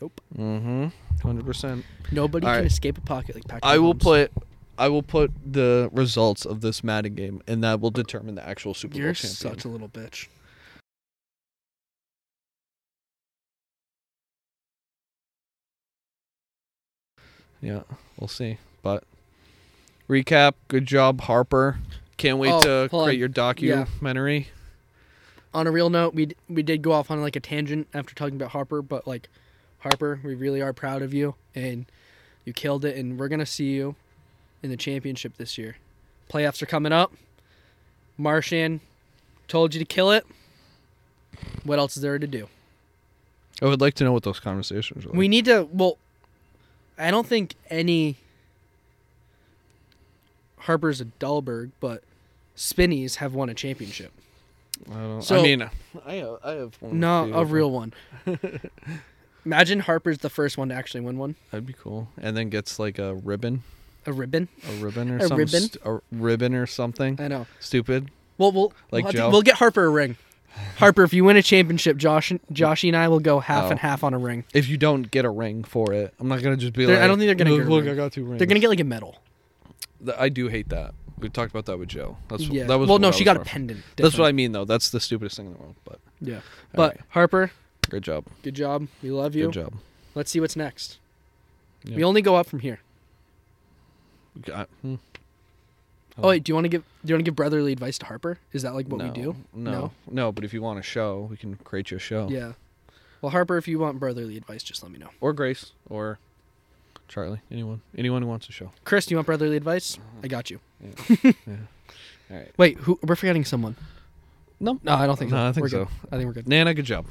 [SPEAKER 1] Nope. Mm-hmm.
[SPEAKER 2] Hundred percent.
[SPEAKER 1] Nobody
[SPEAKER 2] All
[SPEAKER 1] can
[SPEAKER 2] right.
[SPEAKER 1] escape a pocket like Patrick.
[SPEAKER 2] I will
[SPEAKER 1] Mahomes.
[SPEAKER 2] put I will put the results of this Madden game and that will determine the actual Super
[SPEAKER 1] You're
[SPEAKER 2] Bowl champion.
[SPEAKER 1] such a little bitch.
[SPEAKER 2] Yeah, we'll see. But recap, good job, Harper. Can't wait
[SPEAKER 1] Oh,
[SPEAKER 2] to
[SPEAKER 1] hold
[SPEAKER 2] create
[SPEAKER 1] on.
[SPEAKER 2] your documentary.
[SPEAKER 1] On a real note, we d- we did go off on like a tangent after talking about Harper, but like Harper, we really are proud of you and you killed it and we're going to see you in the championship this year. Playoffs are coming up. Marshan told you to kill it. What else is there to do?
[SPEAKER 2] I would like to know what those conversations are. Like.
[SPEAKER 1] We need to. Well, I don't think any. Harper's a Dahlberg, but Spinnies have won a championship.
[SPEAKER 2] I, don't,
[SPEAKER 1] so-
[SPEAKER 2] I mean, I have, I have one.
[SPEAKER 1] No,
[SPEAKER 2] too,
[SPEAKER 1] a
[SPEAKER 2] but
[SPEAKER 1] real one. Imagine Harper's the first one to actually win one.
[SPEAKER 2] That'd be cool. And then gets like a ribbon,
[SPEAKER 1] A ribbon.
[SPEAKER 2] a ribbon or
[SPEAKER 1] A
[SPEAKER 2] something,
[SPEAKER 1] ribbon?
[SPEAKER 2] st- a ribbon or something.
[SPEAKER 1] I know.
[SPEAKER 2] Stupid.
[SPEAKER 1] Well, we'll we'll,
[SPEAKER 2] Like
[SPEAKER 1] have to-
[SPEAKER 2] Joe? [laughs]
[SPEAKER 1] we'll get Harper a ring. Harper, if you win a championship, Josh, Joshy and I will go half
[SPEAKER 2] Oh.
[SPEAKER 1] and half on a ring.
[SPEAKER 2] If you don't get a ring for it, I'm not gonna just be
[SPEAKER 1] They're-
[SPEAKER 2] like.
[SPEAKER 1] I don't think they're gonna
[SPEAKER 2] Look,
[SPEAKER 1] get a
[SPEAKER 2] look
[SPEAKER 1] ring.
[SPEAKER 2] I got two rings.
[SPEAKER 1] They're gonna get like a medal.
[SPEAKER 2] Th- I do hate that. We talked about that with Joe. That's
[SPEAKER 1] Yeah.
[SPEAKER 2] that was
[SPEAKER 1] well,
[SPEAKER 2] what
[SPEAKER 1] no,
[SPEAKER 2] I
[SPEAKER 1] she
[SPEAKER 2] was
[SPEAKER 1] got a
[SPEAKER 2] referencing.
[SPEAKER 1] pendant.
[SPEAKER 2] That's what I mean though. That's the stupidest thing in the world. But
[SPEAKER 1] Yeah. But Harper,
[SPEAKER 2] great job.
[SPEAKER 1] good job. We love you.
[SPEAKER 2] Good job.
[SPEAKER 1] Let's see what's next.
[SPEAKER 2] Yeah.
[SPEAKER 1] We only go up from here.
[SPEAKER 2] I- hmm.
[SPEAKER 1] Oh wait, do you want to give do you want to give brotherly advice to Harper? Is that like what we
[SPEAKER 2] No.
[SPEAKER 1] do?
[SPEAKER 2] No. no, But if you want a show, we can create you a show.
[SPEAKER 1] Yeah. Well, Harper, if you want brotherly advice, just let me know.
[SPEAKER 2] Or Grace or Charlie. Anyone. Anyone who wants a show.
[SPEAKER 1] Chris, do you want brotherly advice? I got you.
[SPEAKER 2] All right.
[SPEAKER 1] Wait, who we're forgetting someone?
[SPEAKER 2] No.
[SPEAKER 1] No, I don't think
[SPEAKER 2] No,
[SPEAKER 1] so.
[SPEAKER 2] I think
[SPEAKER 1] We're good.
[SPEAKER 2] so.
[SPEAKER 1] I think we're good.
[SPEAKER 2] Nana, good job.